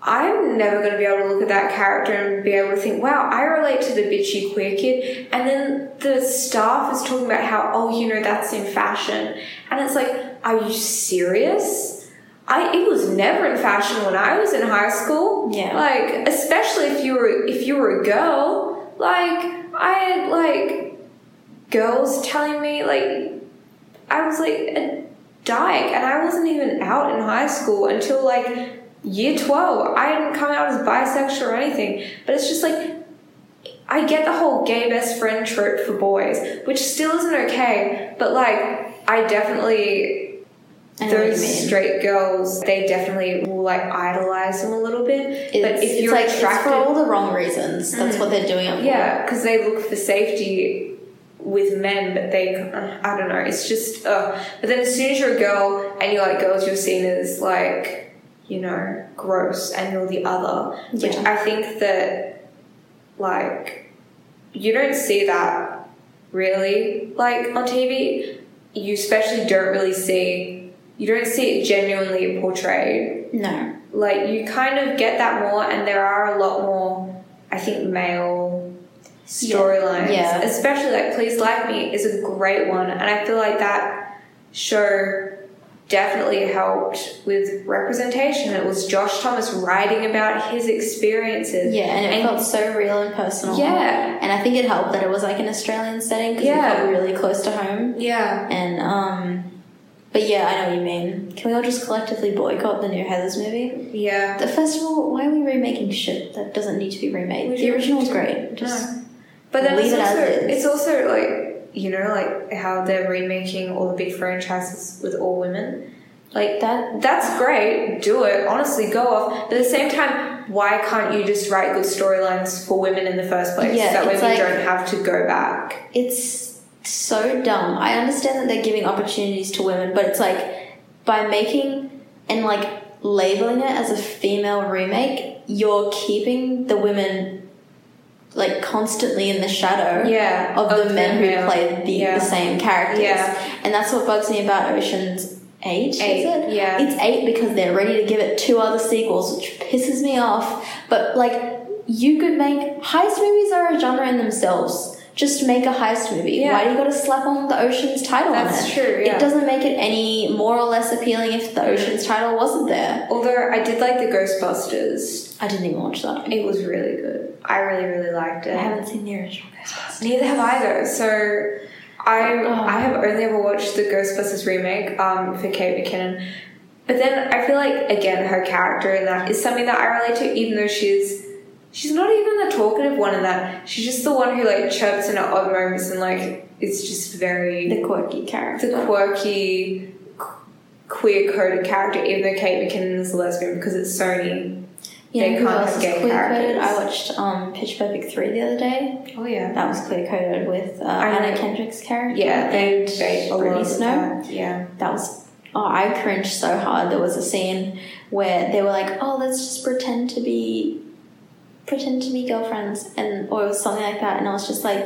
B: I'm never going to be able to look at that character and be able to think, wow, I relate to the bitchy queer kid. And then the staff is talking about how, oh, you know, that's in fashion. And it's like, are you serious? I, it was never in fashion when I was in high school.
A: Yeah.
B: Like, especially if you were, if you were a girl. Like, I had, like, girls telling me, like, I was, like, a dyke and I wasn't even out in high school until, like, year 12. I didn't come out as bisexual or anything. But it's just like, I get the whole gay best friend trope for boys, which still isn't okay, but like, I definitely,
A: I know what you
B: those
A: mean.
B: straight girls, they definitely will like idolize them a little bit.
A: It's,
B: but if
A: it's
B: you're
A: like
B: attracted,
A: it's for all the wrong reasons. That's what they're doing it for.
B: yeah, because they look for safety with men, but they, uh, I don't know, it's just, uh, but then as soon as you're a girl and you like girls, you're seen as like, you know, gross and you're the other. Which
A: Yeah.
B: I think that, like, you don't see that really, like, on TV. You especially don't really see, you don't see it genuinely portrayed
A: No.
B: like you kind of get that more and there are a lot more i think male storylines
A: Yeah.
B: especially like please like me is a great one and i feel like that show definitely helped with representation it was josh thomas writing about his experiences
A: Yeah, and it
B: And-
A: felt so real and personal.
B: yeah
A: And I think it helped that it was like an Australian setting because
B: Yeah.
A: we felt really close to home.
B: yeah
A: And um, but yeah, I know what you mean. Can we all just collectively boycott the new Heather's movie?
B: yeah
A: The festival. Why are we remaking shit that doesn't need to be remade?
B: We
A: the
B: don't
A: original's
B: need to.
A: great. Just
B: But then
A: Leave
B: it's
A: it as
B: also,
A: it is.
B: it's also like you know like how they're remaking all the big franchises with all women. Like that that's great. Do it. Honestly, go off. But at the same time, why can't you just write good storylines for women in the first place?
A: Yeah,
B: that way we
A: it's like-
B: don't have to go back.
A: It's so dumb. I understand that they're giving opportunities to women, but it's like by making and like labeling it as a female remake, you're keeping the women like constantly in the shadow
B: Yeah.
A: of, the, men
B: male.
A: who played the,
B: Yeah.
A: the same characters.
B: Yeah.
A: And that's what bugs me about Ocean's Eight, is
B: Eight,
A: it?
B: yeah.
A: It's eight because they're ready to give it two other sequels, which pisses me off. But like you could make heist movies are a genre in themselves. Just make a heist movie.
B: Yeah.
A: Why do you gotta slap on the Ocean's title on
B: That's
A: it?
B: true, yeah.
A: It doesn't make it any more or less appealing if the Ocean's title wasn't there.
B: Although I did like the Ghostbusters.
A: I didn't even watch that.
B: It was really good. I really, really liked
A: I
B: it.
A: haven't seen the original Ghostbusters.
B: Neither have I though. So I
A: Oh.
B: I have only ever watched the Ghostbusters remake um, for Kate McKinnon. But then I feel like again her character in that is something that I relate to, even though she's she's not even the talkative one in that. She's just the one who like chirps in at odd moments and like it's just very
A: The quirky character.
B: the quirky qu- queer coded character. Even though Kate McKinnon is a lesbian because it's Sony.
A: You
B: They
A: know who
B: can't
A: else is
B: have gay
A: queer coded?
B: characters.
A: I watched um, Pitch Perfect 3 the other day.
B: Oh yeah,
A: That was clear coded with uh,
B: I know.
A: Anna Kendrick's character.
B: yeah. They
A: and
B: they a lot
A: Brittany
B: of
A: Snow.
B: that. Yeah.
A: That was. Oh, I cringed so hard. There was a scene where they were like, "Oh, let's just pretend to be, pretend to be girlfriends," and or it was something like that. And I was just like,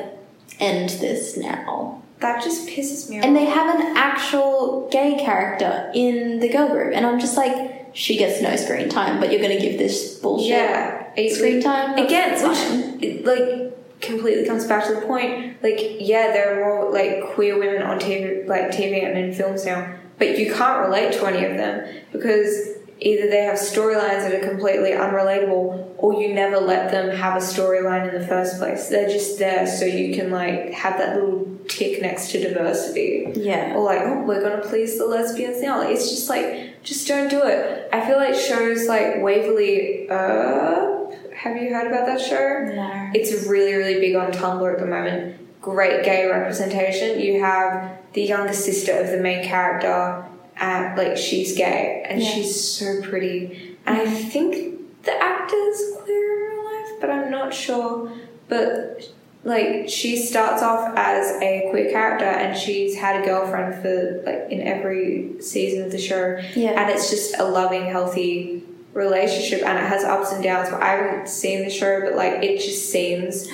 A: "End this now."
B: That just pisses me off.
A: And they have an actual gay character in the girl group, and I'm just like, "She gets no screen time, but you're gonna give this bullshit
B: yeah, it-
A: screen time That's
B: again,
A: fine.
B: which it, like completely comes back to the point. Like, yeah, there are more like queer women on TV, like TV and in films now, but you can't relate to any of them because either they have storylines that are completely unrelatable, or you never let them have a storyline in the first place. They're just there so you can like have that little tick next to diversity
A: yeah,
B: or like oh we're gonna please the lesbians now Like, it's just like just don't do it i feel like shows like waverly up have you heard about that show
A: no,
B: it's really really big on tumblr at the moment great gay representation you have the younger sister of the main character and like she's gay and
A: Yeah.
B: she's so pretty and i think the actor's queer in real life but i'm not sure but like she starts off as a queer character and she's had a girlfriend for like in every season of the show
A: yeah,
B: and it's just a loving healthy relationship and it has ups and downs but i haven't seen the show but like it just seems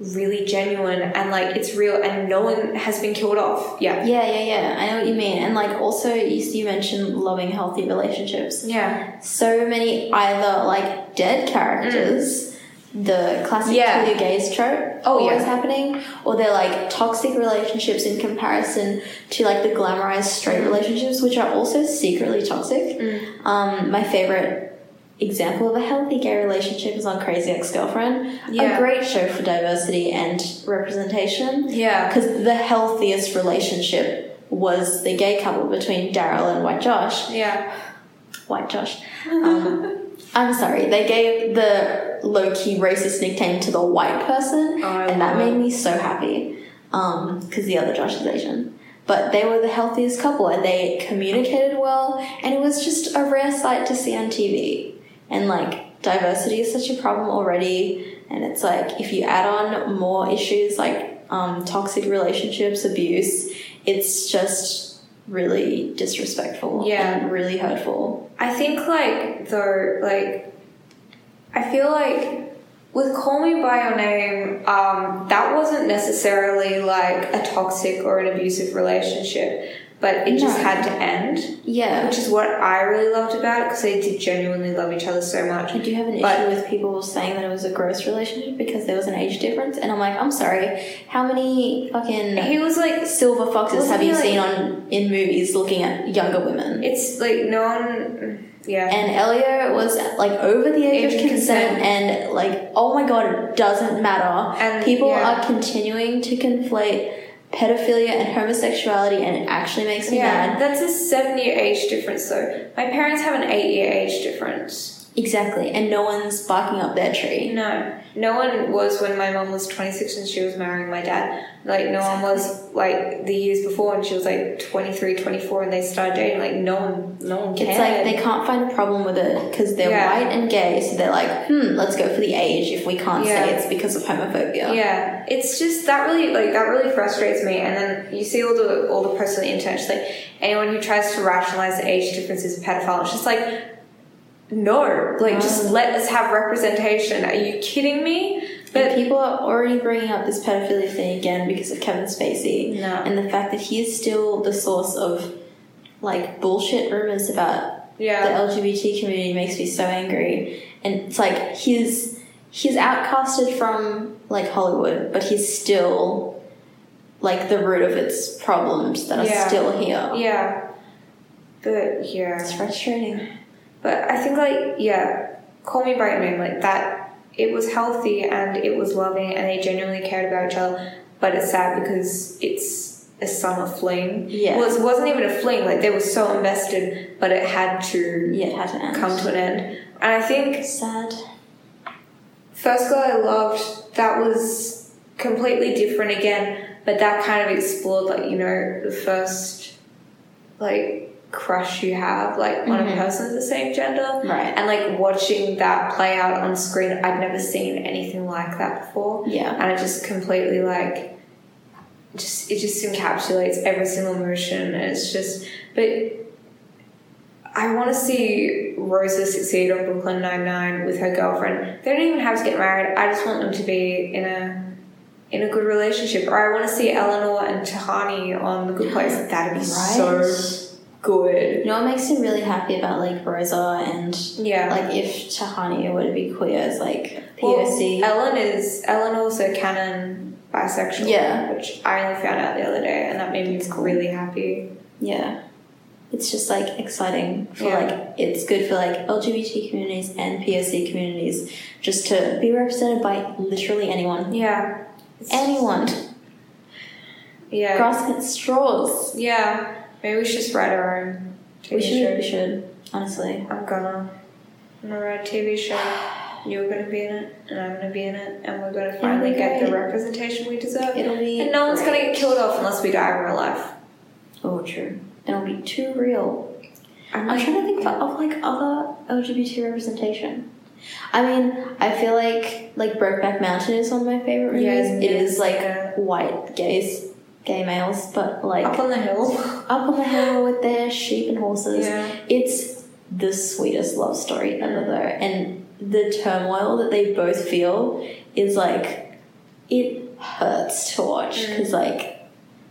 B: really genuine and like it's real and no one has been killed off yeah
A: yeah, yeah, yeah. I know what you mean. And like, also, you, you mentioned loving healthy relationships.
B: yeah
A: so many either like dead characters, the classic
B: Mm. Yeah.
A: kill your gays trope
B: Oh,
A: always
B: yeah.
A: happening, or they're like toxic relationships in comparison to like the glamorized straight
B: Mm.
A: relationships, which are also secretly toxic. Um, my favorite example of a healthy gay relationship is on Crazy Ex Girlfriend,
B: Yeah.
A: a great show for diversity and representation.
B: yeah
A: Because the healthiest relationship was the gay couple between Daryl and White Josh.
B: yeah
A: White Josh. Um, I'm sorry, they gave the low key racist nickname to the white person,
B: Oh, I
A: and that
B: love it.
A: made me so happy because the other Josh is Asian. But they were the healthiest couple and they communicated well, and it was just a rare sight to see on TV. And like, diversity is such a problem already, and it's like if you add on more issues like um, toxic relationships, abuse, it's just really disrespectful
B: Yeah.
A: and really hurtful.
B: I think like though like I feel like with Call Me by Your Name, um, that wasn't necessarily like a toxic or an abusive relationship, but it just
A: No.
B: had to end,
A: Yeah.
B: which is what I really loved about it because they did genuinely love each other so
A: I
B: much.
A: do have an
B: But-
A: issue with people saying that it was a gross relationship because there was an age difference, and I'm like, I'm sorry, how many fucking
B: He was like
A: silver foxes
B: Wasn't
A: have you
B: he, like-
A: seen on in movies looking at younger women?
B: it's like no one, mm, yeah,
A: and Elio was like over the age,
B: Age
A: of
B: of
A: consent, and like, oh my god, it doesn't matter.
B: And,
A: People
B: yeah.
A: are continuing to conflate pedophilia and homosexuality, and it actually makes me
B: yeah.
A: mad.
B: That's a seven-year age difference though. My parents have an eight-year age difference.
A: Exactly, and no one's barking up their tree.
B: No. no one was when my mum was 26 and she was marrying my dad. Like, no one was like the years before and she was like 23, 24 and they started dating. Like, no one, no one cared.
A: It's like they can't find a problem with it because they're
B: Yeah.
A: white and gay, so they're like, hmm, let's go for the age if we can't
B: Yeah.
A: say it's because of homophobia.
B: Yeah, it's just that really like that really frustrates me. And then you see all the all the posts on the internet, just like anyone who tries to rationalize the age difference is a pedophile. It's just like no, like just let us have representation. Are you kidding me?
A: But
B: But
A: people are already bringing up this pedophilia thing again because of Kevin Spacey
B: No.
A: and the fact that he is still the source of like bullshit rumors about the
B: yeah,
A: LGBT community makes me so angry. And it's like he's he's outcasted from like Hollywood, but he's still like the root of its problems that are
B: Yeah.
A: still here.
B: yeah, but yeah.
A: It's frustrating.
B: But I think like yeah, call me by your name like that. It was healthy and it was loving and they genuinely cared about each other. But it's sad because it's a summer fling.
A: Yeah.
B: Well, it wasn't even a fling. Like they were so invested, but it had to
A: Yeah, it had to end.
B: come to an end. And I think
A: Sad.
B: first girl I loved that was completely different again. But that kind of explored like you know the first like crush you have like on a
A: Mhm.
B: person of the same gender
A: Right.
B: and like watching that play out on screen i'd never seen anything like that before
A: Yeah.
B: and it just completely like just it just encapsulates every single emotion and it's just but i want to see rosa succeed on brooklyn 99 with her girlfriend they don't even have to get married i just want them to be in a in a good relationship or i want to see eleanor and tahani on the good place that'd be so
A: You
B: good
A: know what makes me really happy about like Rosa and
B: yeah
A: like if Tahani were to be queer as like
B: Well, uh,
A: POC.
B: Ellen is Ellen also canon bisexual.
A: Yeah.
B: Which I only found out the other day, and that made me really happy.
A: yeah. It's just like exciting for
B: Yeah.
A: like it's good for like LGBT communities and POC communities just to be represented by literally anyone.
B: Yeah. It's-
A: Anyone.
B: yeah.
A: Grasping at straws.
B: yeah. Maybe we should just write our own TV
A: We should we
B: show.
A: should, honestly.
B: I'm gonna. I'm gonna write a TV show. You're gonna be in it, and I'm gonna be in it, and we're gonna finally
A: be
B: get the
A: great.
B: representation we deserve.
A: It'll be
B: And no one's
A: great.
B: gonna get killed off unless we die in real life.
A: Oh true. It'll be too real.
B: I'm
A: I'm
B: like,
A: trying to think of like other LGBT representation. I mean, I feel like like Brokeback Mountain is one of my favorite movies.
B: Yeah,
A: it
B: yeah,
A: is like
B: yeah.
A: white gays, gay males, but like
B: up
A: up,
B: on the hill.
A: on the hill with their sheep and horses.
B: Yeah.
A: It's the sweetest love story ever, though, and the turmoil that they both feel is like it hurts to watch because like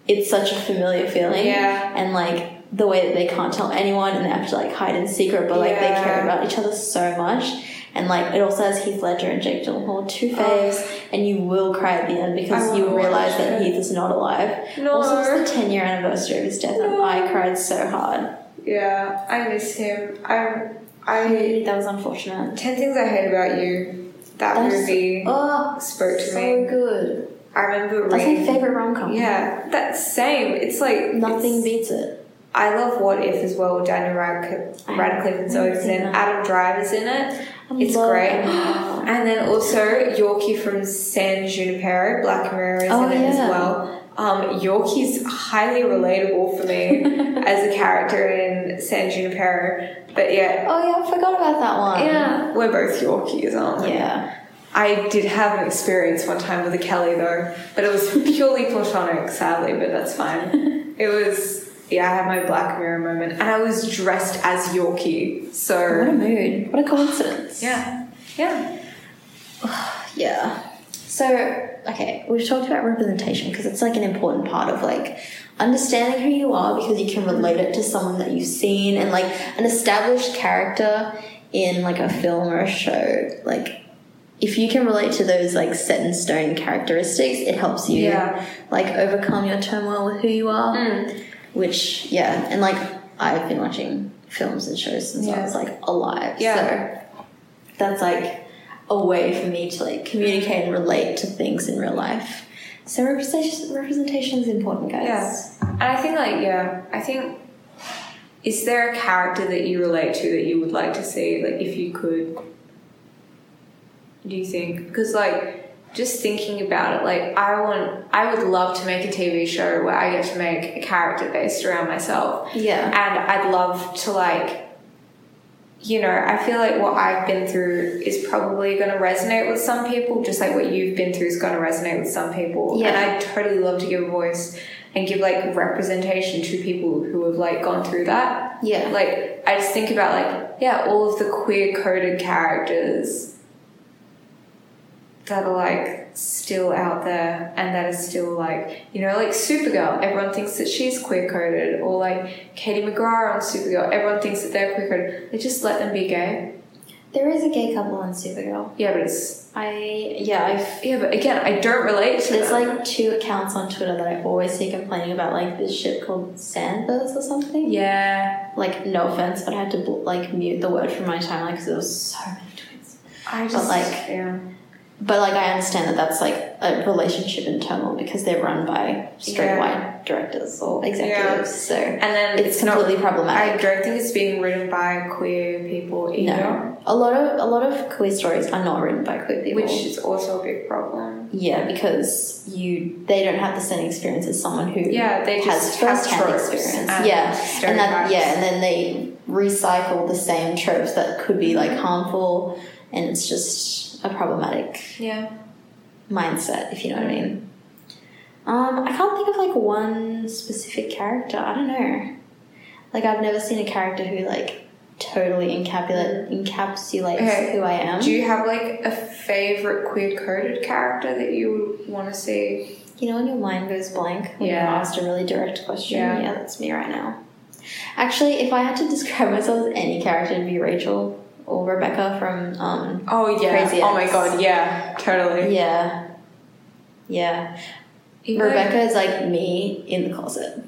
A: it's such a familiar feeling
B: Mm. Yeah.
A: and like the way that they can't tell anyone and they have to like hide in secret, but like
B: Yeah.
A: they care about each other so much. And like it also has Heath Ledger and Jake Gyllenhaal, two faves, and you will cry at the end because
B: Oh. I
A: you
B: wanna
A: realize
B: watch
A: that
B: it.
A: Heath is not alive.
B: No.
A: Also, it's the ten year anniversary of his death, and
B: No.
A: I cried so hard.
B: Yeah. I miss him. I. I.
A: That was unfortunate.
B: Ten Things I Hate About You. That
A: That's-
B: movie
A: Oh,
B: spoke to
A: so
B: me.
A: good.
B: I remember
A: That's my
B: reading.
A: favorite rom com.
B: yeah, that same. It's like
A: nothing
B: it's-
A: beats it.
B: I love What If as well. Daniel Radcliffe,
A: I
B: Radcliffe and Zoe
A: haven't seen
B: Kazan.
A: that.
B: Adam Driver's in it.
A: I
B: It's
A: love Oh,
B: great.
A: Adam.
B: And then also Yorkie from San Junipero, Black Mirror is
A: Oh,
B: in it as
A: yeah.
B: well. Um, Yorkie's highly relatable for me as a character in San Junipero. But yeah,
A: Oh yeah, I forgot about that one.
B: yeah, we're both Yorkies, aren't we?
A: Yeah.
B: I did have an experience one time with a Kelly though, but it was purely platonic, sadly, but that's fine. It was, yeah, I had my Black Mirror moment, and I was dressed as Yorkie,
A: What a
B: so.
A: mood. What a coincidence.
B: Yeah, yeah.
A: Yeah. So, okay, we've talked about representation because it's like an important part of like understanding who you are because you can relate it to someone that you've seen and like an established character in like a film or a show. Like, if you can relate to those like set in stone characteristics, it helps you
B: Yeah. Hmm.
A: like overcome your turmoil with who you are. Which, yeah, and like I've been watching films and shows since I
B: Yeah.
A: was like alive.
B: Yeah.
A: So that's like a way for me to like communicate and relate to things in real life. So representation representation is important, guys.
B: Yeah. And I think, like, yeah, I think, is there a character that you relate to that you would like to see, like, if you could? do you think? Because like just thinking about it, like I want, I would love to make a TV show where I get to make a character based around myself,
A: Yeah.
B: and I'd love to like. You know, I feel like what I've been through is probably going to resonate with some people, just like what you've been through is going to resonate with some people.
A: Yeah.
B: And I totally love to give a voice and give like representation to people who have like gone through that
A: Yeah.
B: like I just think about like yeah, all of the queer coded characters that are like still out there and that are still like you know like Supergirl. Everyone thinks that she's queer coded, or like Katie McGrath on Supergirl. Everyone thinks that they're queer coded. They just let them be gay.
A: there is a gay couple on Supergirl.
B: Yeah, but it's
A: I yeah, I've
B: yeah, but again, I don't relate to
A: there's
B: them.
A: like two accounts on Twitter that I always see complaining about like this shit called Sandbirds or something.
B: yeah,
A: Like no offense, but I had to bl- like mute the word from my timeline because there was so many tweets.
B: I just
A: like,
B: yeah.
A: But like I understand that that's like a relationship internal because they're run by straight
B: Yeah.
A: white directors or executives. So
B: and then
A: it's,
B: it's, not.
A: completely problematic.
B: I don't think it's being written by queer people either.
A: No, a lot of a lot of queer stories are not written by queer people.
B: which is also a big problem.
A: yeah, because you they don't have the same experience as someone who
B: Yeah, they
A: has
B: just
A: first
B: have
A: hand
B: tropes
A: experience.
B: and
A: yeah, and that
B: stereotypes.
A: yeah, and then they recycle the same tropes that could be like harmful, and it's just a problematic
B: Yeah,
A: mindset if you know what I mean. Um, I can't think of like one specific character. I don't know. Like I've never seen a character who like totally encapsulate encapsulates
B: Okay.
A: who I am.
B: do you have like a favorite queer coded character that you would want to see?
A: You know when your mind goes blank when you're
B: Yeah.
A: asked a really direct question?
B: Yeah.
A: that's me right now. Actually, if I had to describe myself as any character, it'd be Rachel or Rebecca from um
B: Oh yeah!
A: Crazy
B: oh my
A: ex.
B: god! Yeah, totally.
A: Yeah. Yeah.
B: Even-
A: Rebecca is like me in the closet.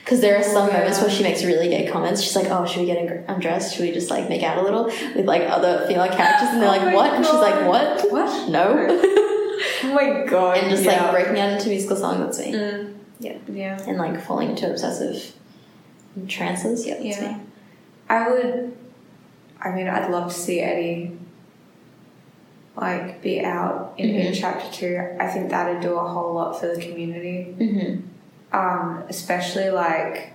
A: Because there are some
B: Yeah.
A: moments where she makes really gay comments. She's like, oh, should we get ungr- undressed? Should we just like make out a little with like other female characters? And they're
B: Oh
A: like,
B: my
A: what? And she's like,
B: God.
A: what?
B: What?
A: No.
B: Oh my god!
A: and just
B: yeah.
A: like breaking out into musical song, that's me.
B: Mm.
A: Yeah.
B: Yeah.
A: and like falling into obsessive trances. Yeah, that's
B: Yeah.
A: me.
B: I would. I mean, I'd love to see Eddie. Like be out in,
A: Mm-hmm.
B: in chapter two. I think that'd do a whole lot for the community.
A: Mm-hmm.
B: um, especially like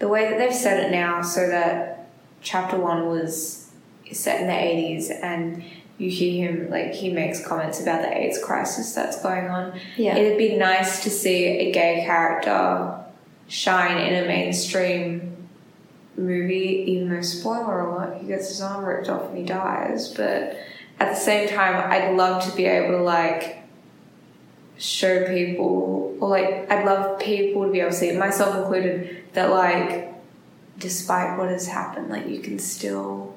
B: the way that they've set it now, so that chapter one was set in the 80s, and you hear him like he makes comments about the AIDS crisis that's going on.
A: Yeah.
B: It'd be nice to see a gay character shine in a mainstream movie, even though spoiler alert, he gets his arm ripped off and he dies. But at the same time, I'd love to be able to like show people, or like I'd love people to be able to see, myself included, that like despite what has happened, like you can still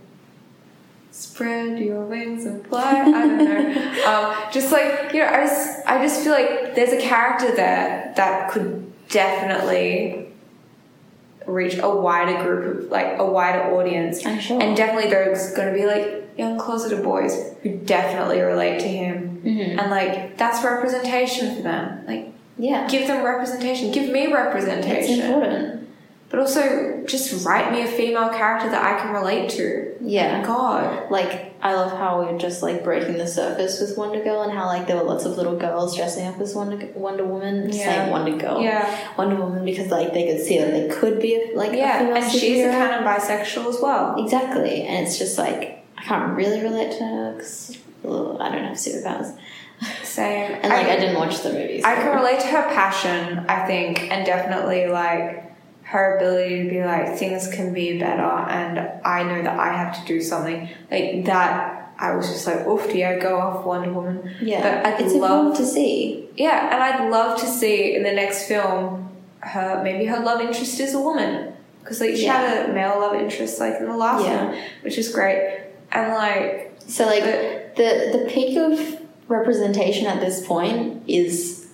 B: spread your wings and fly. I don't know. Um, just like you know, I just I just feel like there's a character there that could definitely reach a wider group of like a wider audience.
A: I'm sure.
B: And definitely there's gonna be like young closeted boys who definitely relate to him.
A: Mhm.
B: And like that's representation for them. Like
A: yeah,
B: give them representation. Give me
A: it's
B: representation
A: important.
B: but also just write me a female character that I can relate to.
A: Yeah,
B: God.
A: like I love how we were just like breaking the surface with Wonder Girl and how like there were lots of little girls dressing up as Wonder Wonder Woman,
B: Yeah.
A: saying Wonder Girl,
B: Yeah.
A: Wonder Woman, because like they could see that they could be a, like a
B: Yeah,
A: female
B: and she's
A: superhero.
B: kind of bisexual as well.
A: exactly, and it's just like I can't really relate to her because I don't have superpowers,
B: Same.
A: and like I, didn't watch the movies.
B: I can relate to her passion, I think, and definitely like her ability to be like things can be better, and I know that I have to do something like that. I was just like, oof, yeah, go off Wonder Woman.
A: yeah,
B: but I'd
A: it's
B: love
A: important to see.
B: Yeah, and I'd love to see in the next film her maybe her love interest is a woman because like she had a male love interest like in the last
A: Yeah.
B: one, which is great. And like
A: So like
B: But-
A: the the peak of representation at this point is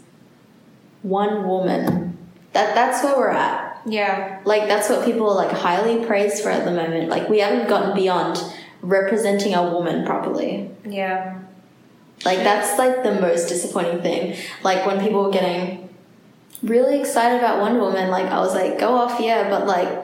A: one woman. That that's where we're at.
B: yeah,
A: Like that's what people are like highly praised for at the moment. Like we haven't gotten beyond representing a woman properly.
B: yeah,
A: Like that's like the most disappointing thing. Like when people were getting really excited about Wonder Woman, like I was like, go off, yeah, but like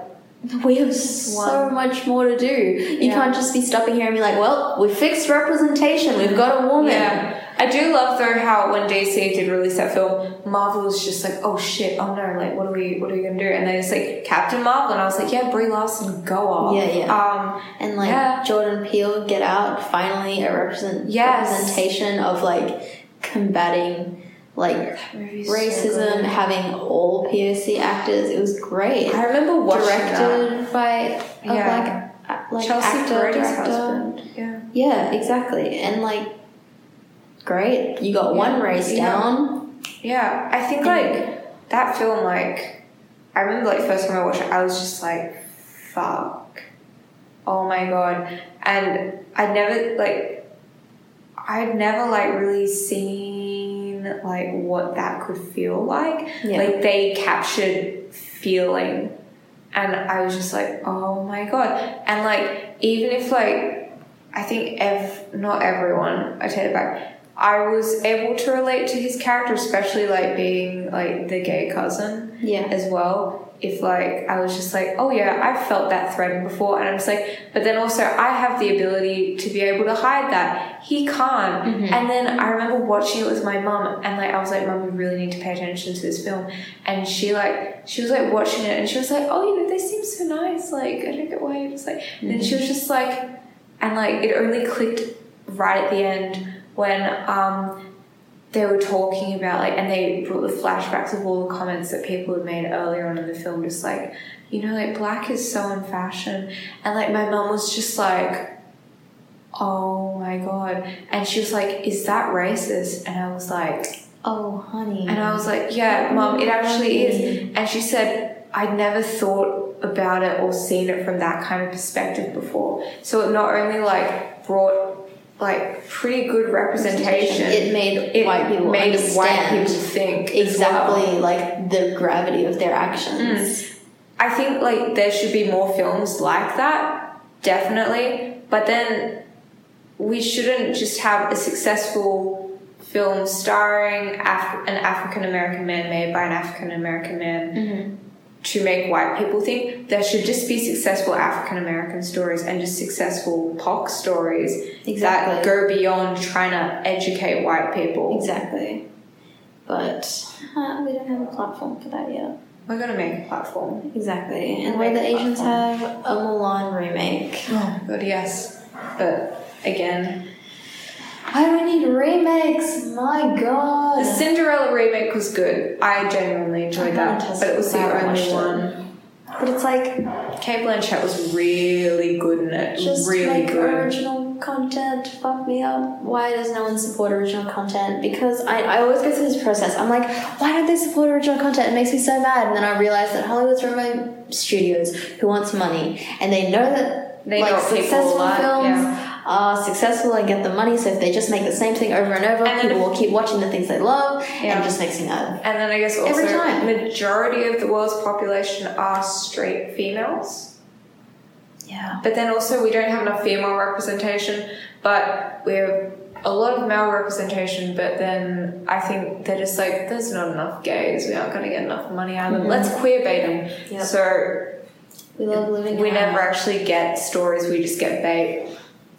A: we have so
B: one.
A: much more to do. You
B: Yeah.
A: can't just be stopping here and be like, well, we fixed representation. We've got a woman.
B: Yeah. I do love though how when DC did release that film, Marvel was just like, oh shit, oh no, like what are we what are we gonna do? And they just like Captain Marvel and I was like, Yeah, Brie Larson, go off.
A: Yeah, yeah.
B: Um
A: And like
B: Yeah.
A: Jordan Peele, Get Out, finally a represent-
B: Yes.
A: representation of like combating like
B: movie's so
A: racism,
B: good.
A: having all POC actors. It was great.
B: I uh, remember watching that.
A: Directed by a
B: Yeah.
A: black, a- like
B: Chelsea
A: actor,
B: Peretti's
A: director.
B: husband. Yeah.
A: Yeah, exactly. And like, great. You got one race
B: Yeah.
A: down.
B: Yeah. I think like that film like I remember like first time I watched it, I was just like, fuck. Oh my god. And I'd never like I'd never like really seen like what that could feel like.
A: Yeah.
B: Like they captured feeling and I was just like, oh my god. And like even if like I think ev not everyone, I take it back. I was able to relate to his character, especially like being like the gay cousin
A: Yeah.
B: as well if like I was just like, oh yeah, I've felt that thread before, and I'm just like, but then also I have the ability to be able to hide that. He can't. And then I remember watching it with my mum, and like I was like, mum, we really need to pay attention to this film. And she like, she was like watching it, and she was like, oh, you know, they seem so nice. Like I don't get why you're just like. And then she was just like, and like it only clicked right at the end when um they were talking about like and they brought the flashbacks of all the comments that people had made earlier on in the film just like you know like black is so in fashion and like my mum was just like oh my god and she was like is that racist and i was like
A: Oh, honey.
B: and i was like yeah mum it actually is and she said i'd never thought about it or seen it from that kind of perspective before so it not only like brought like pretty good representation
A: It made
B: it
A: white people
B: made
A: understand
B: white people think as
A: exactly
B: well.
A: like the gravity of their actions.
B: I think like there should be more films like that, definitely. But then we shouldn't just have a successful film starring Af- an African American man made by an African American man to make white people think. There should just be successful African American stories and just successful POC stories
A: Exactly.
B: that go beyond trying to educate white people.
A: Exactly. But uh, we don't have a platform for that yet.
B: We're gonna make a platform.
A: Exactly. And
B: We'll
A: where
B: make
A: the
B: a
A: Asians have a Mulan remake.
B: Oh my god, yes. But again,
A: Why do we need remakes? My god.
B: The Cinderella remake was good. I genuinely enjoyed that,
A: Fantastic.
B: but it was the
A: Glad I
B: only
A: watched it.
B: one.
A: But it's like
B: Kate Blanchett was really good in it.
A: just
B: really
A: like
B: good.
A: original content fuck me up why does no one support original content because I, I always go through this process i'm like why don't they support original content it makes me so mad and then i realize that hollywood's run by studios who wants money and they know that
B: They
A: like
B: know what people
A: successful
B: like,
A: films
B: yeah.
A: are successful and get the money so if they just make the same thing over and over
B: And then
A: people
B: if-
A: will keep watching the things they love and
B: Yeah.
A: it just makes me mad
B: And then I guess also
A: Every time.
B: majority of the world's population are straight females.
A: yeah
B: But then also we don't have enough female representation, but we have a lot of male representation, but then I think they're just like, there's not enough gays, we aren't gonna get enough money out
A: Mm-hmm.
B: of them. Let's queer bait them.
A: Yep.
B: So
A: we love living
B: we
A: in
B: never
A: a,
B: actually get stories, we just get bait.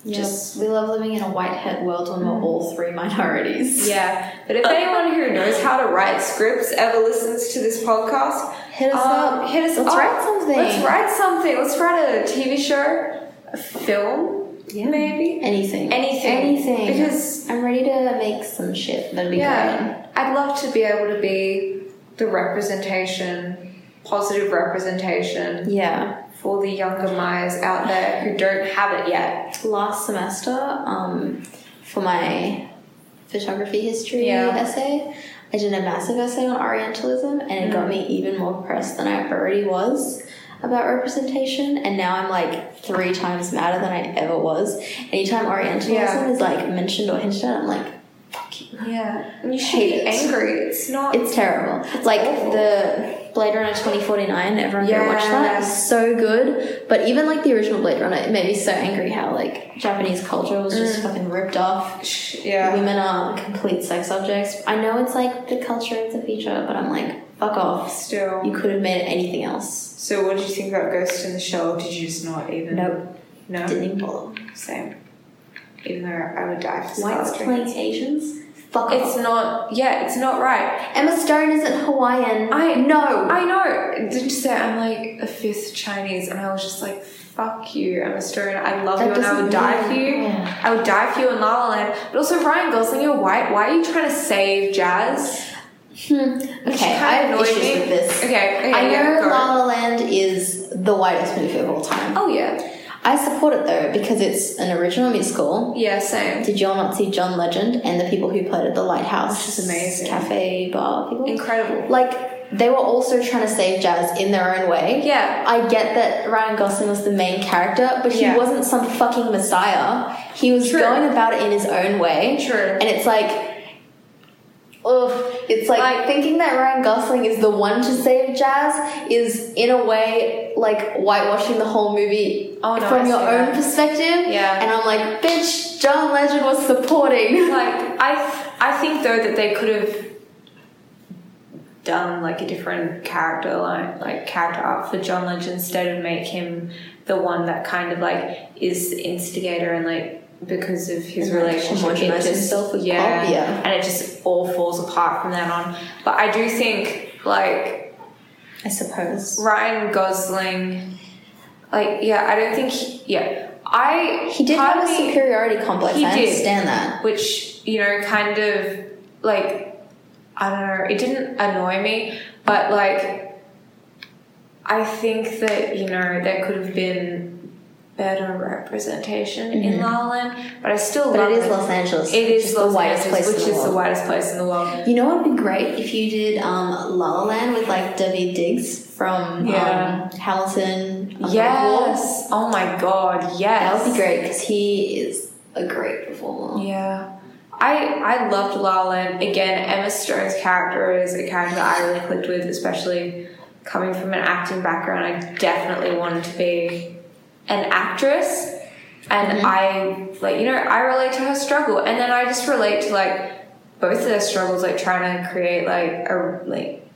A: yeah,
B: just- Mm.
A: we love living in a white hat world when we're all three minorities
B: Yeah, but
A: Uh,
B: if anyone who knows how to write scripts ever listens to this podcast,
A: Hit us
B: um,
A: up.
B: Hit us
A: Let's
B: up.
A: write something.
B: Let's write something. Let's write a TV show, a film,
A: Yeah.
B: maybe.
A: Anything.
B: Anything.
A: Anything.
B: Because-
A: I'm ready to make some shit. That'd be great.
B: Yeah, I'd love to be able to be the representation, positive representation
A: Yeah.
B: for the younger Myers out there who don't have it yet.
A: Last semester, um, for my photography history
B: Yeah.
A: essay, I did a massive essay on Orientalism, and
B: Mm.
A: it got me even more pressed than I already was about representation. And now I'm like three times madder than I ever was. Anytime Orientalism
B: Yeah.
A: is like mentioned or hinted at, I'm like, fuck you.
B: Yeah, you should
A: Hate
B: be
A: it.
B: angry. It's not.
A: It's terrible. like
B: awful.
A: the Blade Runner 2049, everyone go watch that.
B: Yeah.
A: It's so good. But even like the original Blade Runner, it made me so angry how like Japanese culture was just fucking ripped off.
B: Mm. yeah.
A: Women are complete sex objects. I know it's like the culture of the future, but I'm like, Fuck off.
B: Still.
A: You could have made it anything else.
B: So, what did you think about Ghost in the Shell? Did you just not even?
A: Nope.
B: No.
A: Didn't even bother.
B: Same. Even though I would die for
A: Whites
B: Scarlet
A: playing Asians? Fuck
B: It's
A: off.
B: not. Yeah, it's not right.
A: Emma Stone isn't Hawaiian.
B: I
A: No.
B: I know. Didn't you say I'm like a fifth Chinese? And I was just like, fuck you, Emma Stone. I love
A: That
B: you and I
A: doesn't
B: would die
A: mean-
B: for you.
A: Yeah.
B: I would die for you in La La Land. But also, Ryan Gosling, you're white. Why are you trying to save Jazz?
A: Hmm. Okay,
B: kinda
A: I have
B: annoyed
A: issues
B: me.
A: with this.
B: Okay, okay,
A: I know
B: yeah, go.
A: La La Land is the whitest movie of all time.
B: Oh, yeah.
A: I support it though because it's an original musical.
B: Yeah, same.
A: Did y'all not see John Legend and the people who played at the Lighthouse?
B: Which is amazing.
A: Cafe bar people.
B: Incredible.
A: Like they were also trying to save jazz in their own way.
B: Yeah.
A: I get that Ryan Gosling was the main character, but he
B: Yeah.
A: wasn't some fucking messiah. He was
B: True.
A: going about it in his own way.
B: True.
A: And it's like Ugh, it's like,
B: Like-
A: thinking that Ryan Gosling is the one to save jazz is in a way like whitewashing the whole movie
B: Oh, no,
A: from
B: I
A: your
B: see
A: own
B: that.
A: perspective.
B: Yeah.
A: And I'm like, bitch, John Legend was supporting.
B: like I I think though that they could have done like a different character line like character arc for John Lynch instead of make him the one that kind of like is the instigator and like because of his
A: And, like,
B: relationship it
A: homogenize
B: just-
A: himself with
B: yeah,
A: Bob, yeah.
B: and it just all falls apart from then on but I do think like
A: I suppose.
B: Ryan Gosling like yeah I don't think he, yeah I
A: He did
B: part
A: have a
B: of me-
A: superiority complex.
B: He
A: I
B: did.
A: understand that.
B: which you know kind of like i don't know it didn't annoy me but like i think that you know there could have been better representation in la La land but i still
A: Mm-hmm. But
B: love
A: it is
B: it.
A: Los Angeles.
B: it
A: which
B: is Los Angeles, which is the
A: world.
B: widest place in the world
A: You know what would be great if you did um, La La Land with like Debbie Diggs from
B: Yeah.
A: um, Hamilton. um, War.
B: yes oh my god yes
A: that would be great because he is a great performer.
B: Yeah. I, I loved La La Land. Again, Emma Stone's character is a character that I really clicked with, especially coming from an acting background. I definitely wanted to be an actress. And I, like, you know, I relate to her struggle. And then I just relate to, like, both of their struggles, like, trying to create, like, a, like,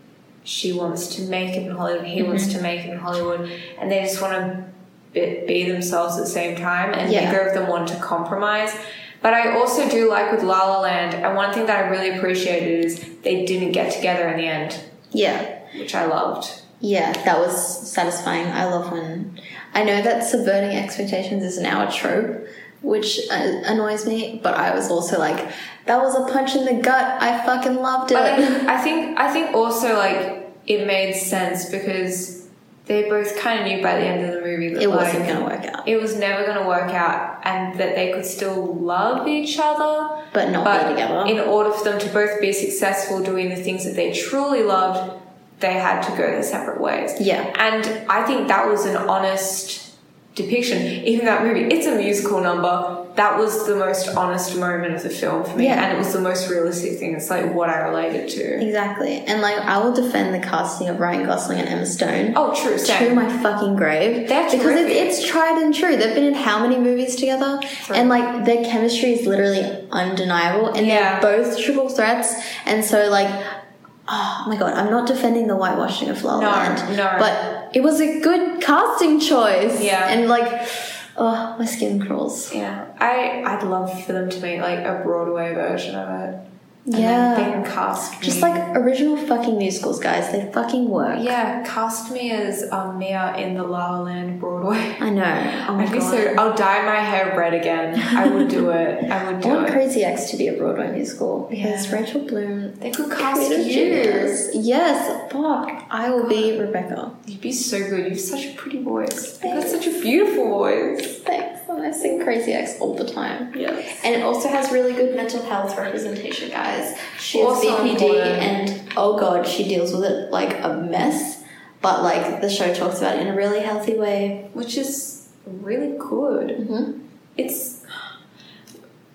B: she wants to make it in Hollywood, he wants to make it in Hollywood. And they just want to be, be themselves at the same time. And
A: Yeah.
B: neither of them want to compromise. But I also do like with La La Land, and one thing that I really appreciated is they didn't get together in the end,
A: Yeah,
B: which I loved.
A: yeah, that was satisfying. I love when I know that subverting expectations is now a trope, which uh, annoys me. But I was also like, that was a punch in the gut. I fucking loved it.
B: But I, I think I think also like it made sense because they both kind of knew by the end of the movie that
A: it
B: like,
A: wasn't gonna work out,
B: it was never going to work out, and that they could still love each other.
A: but not
B: But
A: be together.
B: in order for them to both be successful doing the things that they truly loved, they had to go their separate ways.
A: yeah,
B: And I think that was an honest depiction. Even that movie, it's a musical number. That was the most honest moment of the film for me,
A: Yeah.
B: and it was the most realistic thing. It's like what I related to.
A: Exactly. And like I will defend the casting of Ryan Gosling and Emma Stone
B: Oh, true.
A: to
B: Same.
A: my fucking grave.
B: They're
A: because
B: terrific.
A: it's, it's tried and true. They've been in how many movies together? And like their chemistry is literally undeniable and
B: Yeah.
A: they're both triple threats. And so like oh my god, I'm not defending the whitewashing of La La
B: No,
A: Land.
B: no.
A: But it was a good casting choice.
B: Yeah.
A: And like oh my skin crawls.
B: Yeah, I I'd love for them to make like a Broadway version of it. And
A: Yeah.
B: then they can cast me.
A: Just like original fucking musicals, guys. They fucking work.
B: yeah, cast me as um, Mia in the La La Land Broadway.
A: I know. Oh my
B: I'd be
A: god.
B: so. I'll dye my hair red again. I would do it. I would
A: I
B: do
A: want
B: it.
A: Crazy X to be a Broadway musical because
B: Yeah.
A: Rachel Bloom.
B: They could cast
A: creative
B: you.
A: genius. Yes, fuck. I will be Rebecca.
B: You'd be so good. You have such a pretty voice. You've got such a beautiful voice.
A: Thanks. And I sing Crazy X all the time.
B: Yes.
A: And it also has really good mental health representation, guys. She has
B: Also
A: BPD,
B: important.
A: and oh god, she deals with it like a mess. But like the show talks about it in a really healthy way.
B: Which is really good.
A: Mm-hmm.
B: It's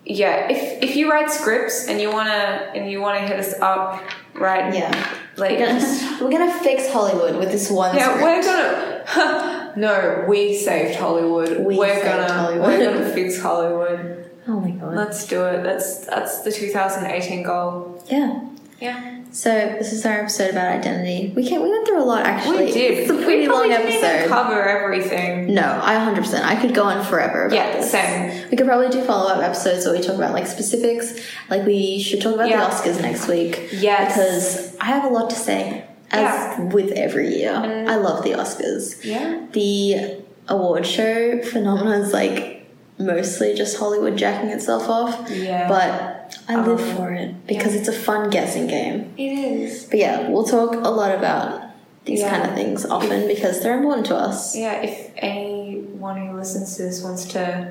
B: yeah. If if you write scripts and you wanna and you wanna hit us up, right?
A: Yeah,
B: Like
A: we're gonna, we're gonna fix Hollywood with this one.
B: yeah,
A: script.
B: we're gonna. no, we saved Hollywood.
A: We
B: are
A: saved
B: gonna
A: Hollywood.
B: we're gonna fix Hollywood.
A: Oh my god.
B: Let's do it. That's that's the 2018 goal.
A: Yeah.
B: Yeah.
A: So this is our episode about identity. We can we went through a lot actually.
B: We did.
A: It's a pretty
B: we
A: long
B: probably didn't even
A: episode.
B: cover everything.
A: No, I 100%. I could go on forever about
B: Yeah,
A: this.
B: same.
A: We could probably do follow up episodes where we talk about like specifics. Like we should talk about
B: Yeah.
A: the Oscars next week.
B: Yes.
A: Because I have a lot to say, as
B: Yeah.
A: with every year. I love the Oscars.
B: Yeah.
A: The award show phenomenon is like mostly just Hollywood jacking itself off.
B: Yeah.
A: But I live
B: Um,
A: for it because it's a fun guessing game.
B: It is.
A: But yeah, we'll talk a lot about these
B: Yeah.
A: kind of things often because they're important to us.
B: Yeah, if anyone who listens to this wants to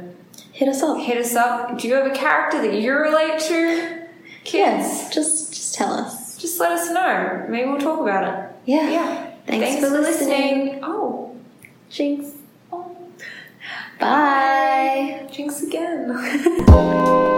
A: Hit us up.
B: hit us up, do you have a character that you relate to? Kids,
A: Yes, just just tell us.
B: just let us know. Maybe we'll talk about it.
A: Yeah.
B: Yeah.
A: Thanks, for, listening.
B: Oh,
A: Jinx.
B: oh,
A: Bye.
B: jinx again.